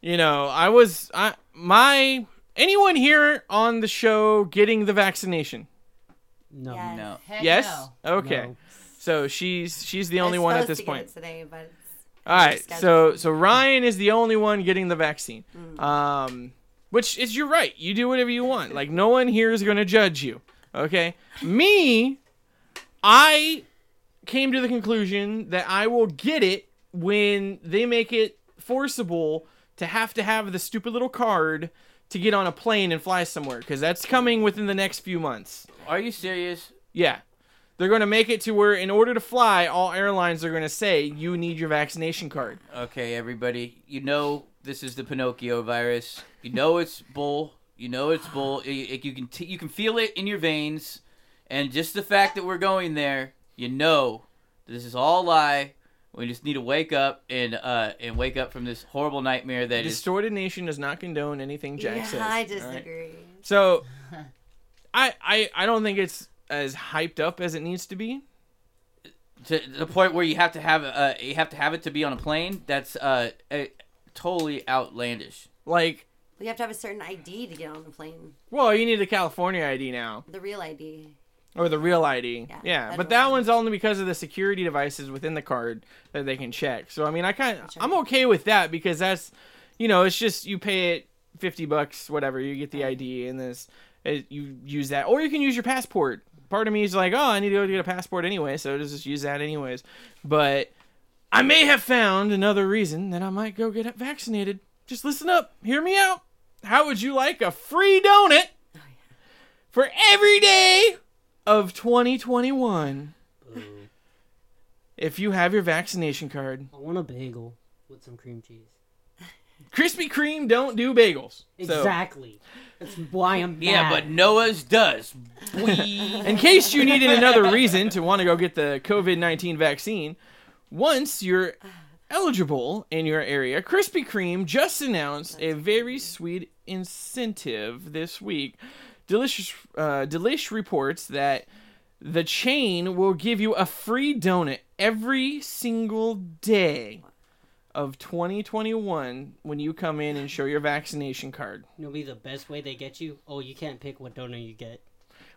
Speaker 4: you know, I was I my anyone here on the show getting the vaccination?
Speaker 10: No.
Speaker 7: No.
Speaker 8: Heck
Speaker 4: yes.
Speaker 8: no.
Speaker 4: Okay.
Speaker 8: No.
Speaker 4: So she's she's the
Speaker 8: I was
Speaker 4: only one at
Speaker 8: supposed
Speaker 4: this
Speaker 8: to get
Speaker 4: point.
Speaker 8: it today, but it's-
Speaker 4: All right, so
Speaker 8: scheduled.
Speaker 4: so Ryan is the only one getting the vaccine, um, which is you're right. You do whatever you want. Like no one here is going to judge you. Okay, me, I came to the conclusion that I will get it when they make it forcible to have to have the stupid little card to get on a plane and fly somewhere because that's coming within the next few months.
Speaker 7: Are you serious?
Speaker 4: Yeah. They're going to make it to where, in order to fly, all airlines are going to say you need your vaccination card.
Speaker 7: Okay, everybody. You know this is the Pinocchio virus. You know it's bull. You know it's bull. It- it- you can t- you can feel it in your veins, and just the fact that we're going there, you know, this is all a lie. We just need to wake up and uh and wake up from this horrible nightmare that is
Speaker 4: Distorted Nation does not condone anything Jack
Speaker 8: yeah,
Speaker 4: says.
Speaker 8: I
Speaker 4: all right?
Speaker 8: disagree.
Speaker 4: So, I, I I don't think it's as hyped up as it needs to be.
Speaker 7: to the point where you have to have uh you have to have it to be on a plane. That's uh a, totally outlandish.
Speaker 4: Like,
Speaker 8: We have to have a certain ID to get on the plane.
Speaker 4: well, you need the California ID now
Speaker 8: The real ID.
Speaker 4: or the real ID. Yeah, but
Speaker 8: federal
Speaker 4: that one's only because of the security devices within the card that they can check. So I mean, I kind of I'm okay with that because that's you know it's just you pay it fifty bucks whatever you get the ID and this it, you use that or you can use your passport. Part of me is like, oh, I need to go get a passport anyway, so just just use that anyways. But I may have found another reason that I might go get vaccinated. Just listen up, hear me out. How would you like a free donut for every day of 2021 if you have your vaccination card?
Speaker 10: I want a bagel with some cream cheese.
Speaker 4: Krispy Kreme don't do bagels. So-
Speaker 10: Exactly. That's why I'm.
Speaker 7: Yeah,
Speaker 10: mad.
Speaker 7: but Noah's does.
Speaker 4: In case you needed another reason to want to go get the COVID 19 vaccine, once you're eligible in your area, Krispy Kreme just announced a very sweet incentive this week. Delish, uh, Delish reports that the chain will give you a free donut every single day of 2021 when you come in and show your vaccination card.
Speaker 10: You know, be the best way they get you. Oh, you can't pick what donut you get.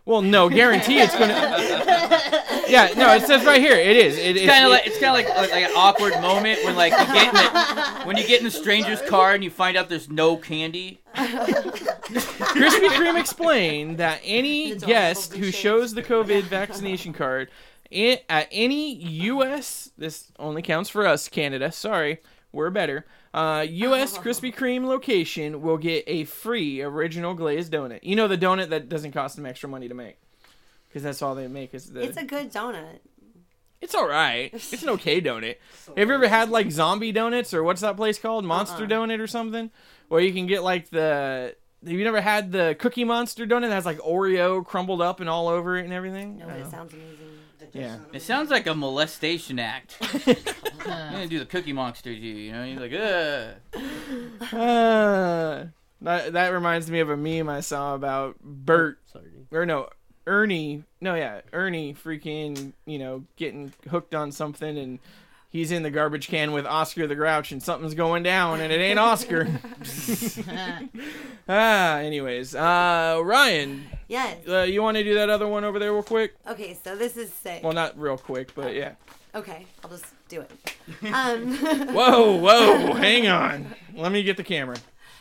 Speaker 4: Well, no, guarantee it's gonna. yeah, no, it says right here. It is. It,
Speaker 7: It's kind of like it's kind of like, like like an awkward moment when like you get in the, when you get in a stranger's car and you find out there's no candy.
Speaker 4: Krispy Kreme explained that any guest who shows the COVID vaccination card in, at any U.S. this only counts for us, Canada. Sorry, we're better. Uh, U.S. Krispy Kreme location will get a free original glazed donut. You know the donut that doesn't cost them extra money to make, because that's all they make is the.
Speaker 8: It's a good donut.
Speaker 4: It's all right. It's Uh-uh. an okay donut. Have you ever had like zombie donuts or what's that place called? Monster donut or something? Where you can get like the. Have you never had the Cookie Monster donut that has like Oreo crumbled up and all over it and everything?
Speaker 8: No,
Speaker 4: I
Speaker 8: but
Speaker 4: don't
Speaker 8: it
Speaker 4: know.
Speaker 8: sounds amazing.
Speaker 4: Yeah.
Speaker 7: It sounds like a molestation act. I'm gonna do the Cookie Monster to you. You know, you're like, ugh.
Speaker 4: Uh, that, that reminds me of a meme I saw about Bert. Or no, Ernie. No, yeah, Ernie freaking, you know, getting hooked on something and he's in the garbage can with Oscar the Grouch, and something's going down, and it ain't Oscar. ah, anyways, uh, Ryan.
Speaker 8: Yes.
Speaker 4: Uh, you want to do that other one over there real quick?
Speaker 8: Okay, so this is sick.
Speaker 4: Well, not real quick, but yeah.
Speaker 8: Okay, I'll just do it. Um,
Speaker 4: Whoa, whoa, hang on. Let me get the camera.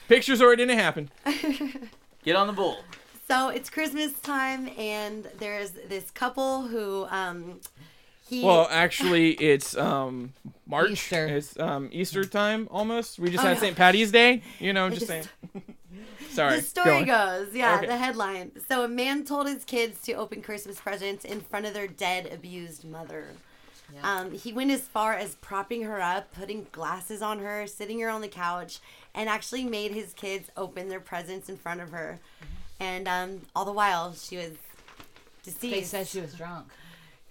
Speaker 4: Pictures or it didn't happen.
Speaker 7: Get on the bull.
Speaker 8: So it's Christmas time, and there's this couple who um, he
Speaker 4: Well, actually, it's um March. It's um Easter time almost. We just
Speaker 8: Oh,
Speaker 4: had
Speaker 8: no.
Speaker 4: St. Patty's Day. You know, I'm
Speaker 8: I
Speaker 4: just,
Speaker 8: just-
Speaker 4: saying. Sorry.
Speaker 8: The story
Speaker 4: go on.
Speaker 8: goes, yeah,
Speaker 4: Okay.
Speaker 8: the headline. So a man told his kids to open Christmas presents in front of their dead, abused mother. Um, he went as far as propping her up, putting glasses on her, sitting her on the couch, and actually made his kids open their presents in front of her. And um, all the while, she was deceased.
Speaker 5: Mm-hmm. They said she was drunk.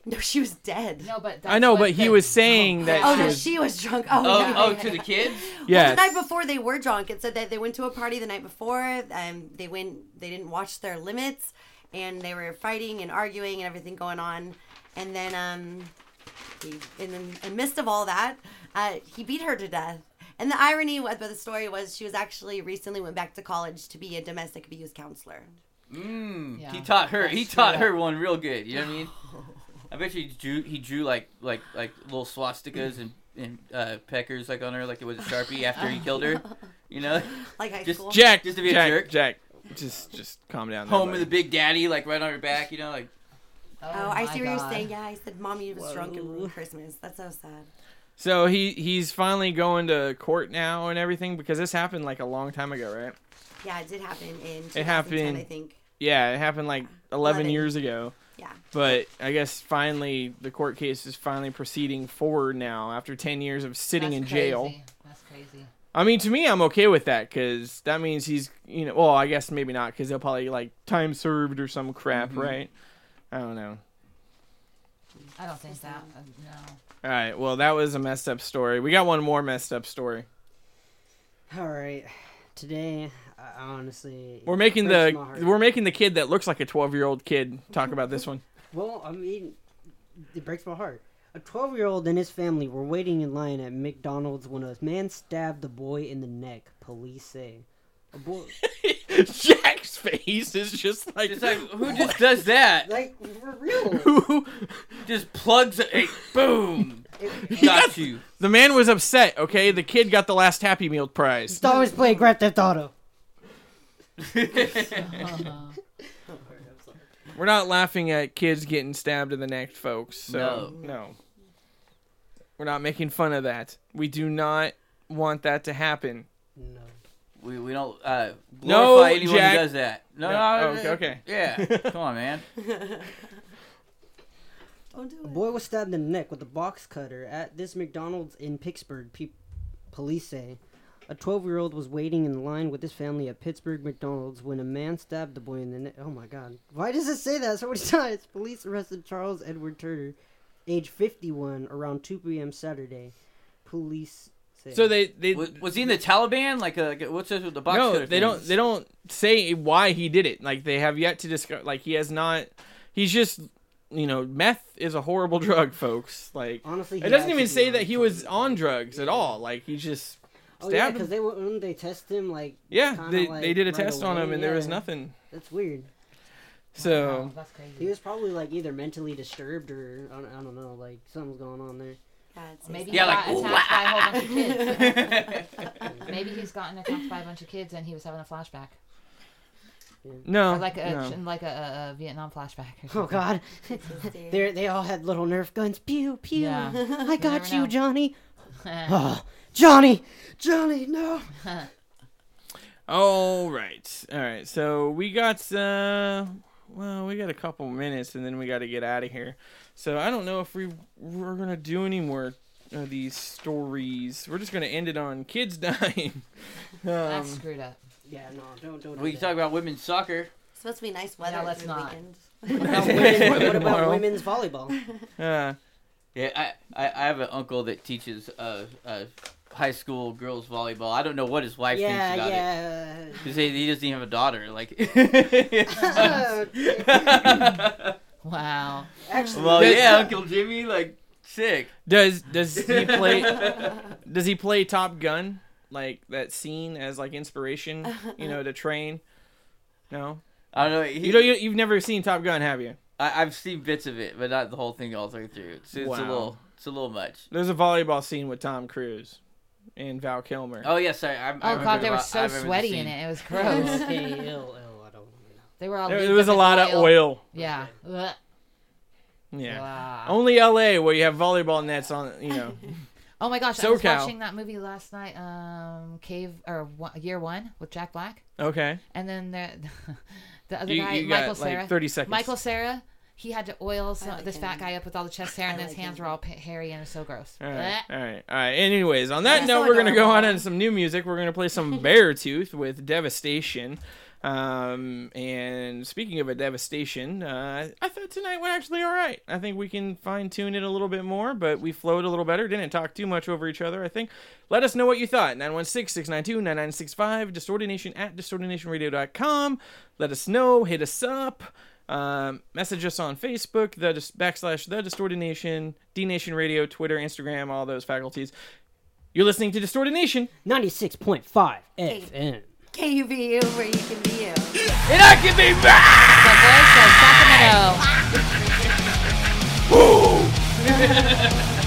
Speaker 8: No, she was dead.
Speaker 5: No, but
Speaker 4: I know, but he was saying that.
Speaker 8: oh,
Speaker 4: she
Speaker 8: that
Speaker 4: was,
Speaker 8: she was drunk. Oh,
Speaker 7: Oh,
Speaker 8: yeah.
Speaker 7: oh, to the kids?
Speaker 8: Well,
Speaker 4: Yes.
Speaker 8: the night before they were drunk. It said that they went to a party the night before. Um, they went. They didn't watch their limits, and they were fighting and arguing and everything going on. And then, um, he, in the in the midst of all that, uh, he beat her to death. And the irony of the story was she was actually recently went back to college to be a domestic abuse counselor.
Speaker 7: Mm,
Speaker 8: Yeah,
Speaker 7: he taught her. He
Speaker 8: that's
Speaker 7: taught
Speaker 8: true.
Speaker 7: her one real good. You know what I mean? I bet you he drew. He drew like like like little swastikas and and uh, peckers like on her like it was a sharpie after he killed her. You know,
Speaker 8: Like high
Speaker 7: just
Speaker 8: school.
Speaker 4: Jack,
Speaker 7: just to be
Speaker 4: Jack,
Speaker 7: a jerk.
Speaker 4: Jack, just just calm down. there,
Speaker 7: Home of
Speaker 4: buddy.
Speaker 7: the Big Daddy, like right on her back. You know, like
Speaker 8: Oh, I
Speaker 5: my
Speaker 8: see what
Speaker 5: God.
Speaker 8: you're saying. Yeah, I said, "Mom, you was drunk and ruined Christmas." That's so sad.
Speaker 4: So he he's finally going to court now and everything because this happened like a long time ago, right?
Speaker 8: Yeah, it did happen in. 2010,
Speaker 4: It happened.
Speaker 8: I think.
Speaker 4: Yeah, it happened like 11, years ago.
Speaker 8: Yeah.
Speaker 4: But I guess finally the court case is finally proceeding forward now after 10 years of sitting in jail.
Speaker 5: Crazy. That's crazy.
Speaker 4: I mean, to me, I'm okay with that because that means he's, you know, well, I guess maybe not because they'll probably like time served or some crap,
Speaker 5: Mhm.
Speaker 4: right? I don't know.
Speaker 5: I don't think that. uh, no.
Speaker 4: All right. Well, that was a messed up story. We got one more messed up story.
Speaker 9: All right. Today, I honestly.
Speaker 4: We're making
Speaker 9: it breaks
Speaker 4: the
Speaker 9: my heart.
Speaker 4: we're making the kid that looks like a 12 year old kid talk about this one.
Speaker 9: Well, I mean, it breaks my heart. A 12 year old and his family were waiting in line at McDonald's when a man stabbed a boy in the neck, police say. A boy.
Speaker 4: Jack's face is just like.
Speaker 7: Just like who just does that?
Speaker 9: Like for real.
Speaker 4: Who
Speaker 7: just plugs a hey, boom?
Speaker 9: Got
Speaker 7: you.
Speaker 4: The man was upset. Okay, the kid got the last Happy Meal prize.
Speaker 13: Just always play Grand Theft Auto.
Speaker 5: Uh-huh.
Speaker 4: We're not laughing at kids getting stabbed in the neck, folks. So no. we're not making fun of that. We do not want that to happen.
Speaker 7: We we don't uh, glorify
Speaker 4: No,
Speaker 7: anyone
Speaker 4: Jack.
Speaker 7: who does that. No,
Speaker 4: No.
Speaker 7: no,
Speaker 4: Oh,
Speaker 7: no,
Speaker 4: okay, okay.
Speaker 7: Yeah, come on, man.
Speaker 9: A boy was stabbed in the neck with a box cutter at this McDonald's in Pittsburgh, pe- police say. A 12 year old was waiting in line with his family at Pittsburgh McDonald's when a man stabbed the boy in the neck. Oh my god. Why does it say that so many times? Police arrested Charles Edward Turner, age 51, around 2 p.m. Saturday. Police say.
Speaker 4: So they they
Speaker 7: was, was he in the Taliban? Like, a, like a- what's this with the box?
Speaker 4: no,
Speaker 7: cutter
Speaker 4: they
Speaker 7: thing?
Speaker 4: don't. They don't say why he did it. Like they have yet to discuss. Like he has not. He's just, you know, meth is a horrible drug, folks. Like
Speaker 9: Honestly,
Speaker 4: it
Speaker 9: he
Speaker 4: doesn't
Speaker 9: had
Speaker 4: even
Speaker 9: to be
Speaker 4: say
Speaker 9: on
Speaker 4: that he was on drugs at all. Like he just
Speaker 9: Oh,
Speaker 4: stabbed.
Speaker 9: yeah,
Speaker 4: him.
Speaker 9: because they, were- they test him, like.
Speaker 4: yeah,
Speaker 9: kinda,
Speaker 4: they,
Speaker 9: like,
Speaker 4: they did a
Speaker 9: right
Speaker 4: test on him
Speaker 9: away.
Speaker 4: and there was
Speaker 9: Yeah.
Speaker 4: nothing.
Speaker 9: That's weird.
Speaker 4: So
Speaker 9: He was probably like either mentally disturbed or I don't, I don't know, like something's going on there.
Speaker 8: Yeah, it's
Speaker 5: Maybe he got attacked by a whole bunch of kids. Maybe he's gotten attacked by a bunch of kids and he was having a flashback.
Speaker 4: No,
Speaker 5: Or like a
Speaker 4: no.
Speaker 5: like a, a Vietnam flashback. Or
Speaker 9: Oh
Speaker 5: something.
Speaker 9: God, they they all had little Nerf guns. Pew pew.
Speaker 5: Yeah.
Speaker 9: I
Speaker 5: You
Speaker 9: got
Speaker 5: never
Speaker 9: you,
Speaker 5: know.
Speaker 9: Johnny.
Speaker 10: Ah,
Speaker 9: oh, Johnny, Johnny, no.
Speaker 4: All Oh, right, all right. So we got uh, well, we got a couple minutes, and then we got to get out of here. So I don't know if we we're gonna do any more of these stories. We're just gonna end it on kids dying.
Speaker 5: That's
Speaker 4: Um,
Speaker 5: screwed up.
Speaker 9: Yeah, no, don't don't.
Speaker 7: We can talk about women's soccer.
Speaker 8: It's supposed to be nice weather.
Speaker 5: Yeah, let's
Speaker 8: through the
Speaker 5: not.
Speaker 8: Weekend.
Speaker 9: What about women-
Speaker 4: Weather
Speaker 9: what about
Speaker 4: tomorrow.
Speaker 9: women's volleyball?
Speaker 4: Uh,
Speaker 7: yeah, I, I I have an uncle that teaches uh, uh high school girls volleyball. I don't know what his wife
Speaker 9: Yeah,
Speaker 7: thinks about it.
Speaker 9: yeah.
Speaker 7: Because he, he doesn't even have a daughter. Like,
Speaker 9: Okay.
Speaker 7: well,
Speaker 5: Wow.
Speaker 9: Actually,
Speaker 7: yeah,
Speaker 5: Oh,
Speaker 9: that's-
Speaker 7: Uncle Jimmy. Like, Sick.
Speaker 4: Does does he play does he play Top Gun like that scene as like inspiration? You know, to train. No.
Speaker 7: I don't know.
Speaker 4: you know, you, you've never seen Top Gun, have you?
Speaker 7: I, I've seen bits of it, but not the whole thing all the way through. It's, it's a
Speaker 4: Wow.
Speaker 7: little, it's a little much.
Speaker 4: There's a volleyball scene with Tom Cruise and Val Kilmer.
Speaker 7: Oh yeah, sorry. I, I
Speaker 5: Oh
Speaker 7: remember
Speaker 5: god, they were
Speaker 7: about- I
Speaker 5: so
Speaker 7: remember the
Speaker 5: sweaty in
Speaker 7: scene.
Speaker 5: it. It was gross. They were all.
Speaker 4: There- there
Speaker 5: leaked
Speaker 4: was
Speaker 5: up
Speaker 4: a
Speaker 5: in
Speaker 4: lot of oil.
Speaker 5: Yeah. Ugh.
Speaker 4: Yeah.
Speaker 5: Wow.
Speaker 4: Only L.A. where you have volleyball nets on. You know.
Speaker 5: Oh my gosh, I was
Speaker 4: SoCal.
Speaker 5: watching that movie last night, um, Cave or one, Year One with Jack Black.
Speaker 4: Okay.
Speaker 5: And then the the other
Speaker 4: You-
Speaker 5: guy,
Speaker 4: you got,
Speaker 5: Michael
Speaker 4: like,
Speaker 5: Sarah.
Speaker 4: 30 seconds.
Speaker 5: Michael Sarah. He had to oil some, this fat guy up with all the chest hair, and
Speaker 8: I
Speaker 5: his
Speaker 8: like
Speaker 5: hands were all pa- hairy, and it was so gross.
Speaker 4: All
Speaker 5: Blech.
Speaker 4: right, all right, all right. Anyways, on that
Speaker 5: Yeah,
Speaker 4: note,
Speaker 5: so
Speaker 4: we're gonna go
Speaker 5: adorable.
Speaker 4: on into some new music. We're gonna play some Bear Tooth with Devastation. Um, and speaking of a devastation, uh, I thought tonight went actually all right. I think we can fine tune it a little bit more, but we flowed a little better. Didn't talk too much over each other, I think. Let us know what you thought. 916 692 9965, disordination at disordinationradio.com. Let us know, hit us up. Um, message us on Facebook, the dis- backslash the Distorted Nation, D Nation Radio, Twitter, Instagram, all those faculties. You're listening to Distorted Nation,
Speaker 10: ninety-six point five FM.
Speaker 8: KUVU where you can be you.
Speaker 4: and I can be back.
Speaker 5: Sacramento.
Speaker 8: Woo!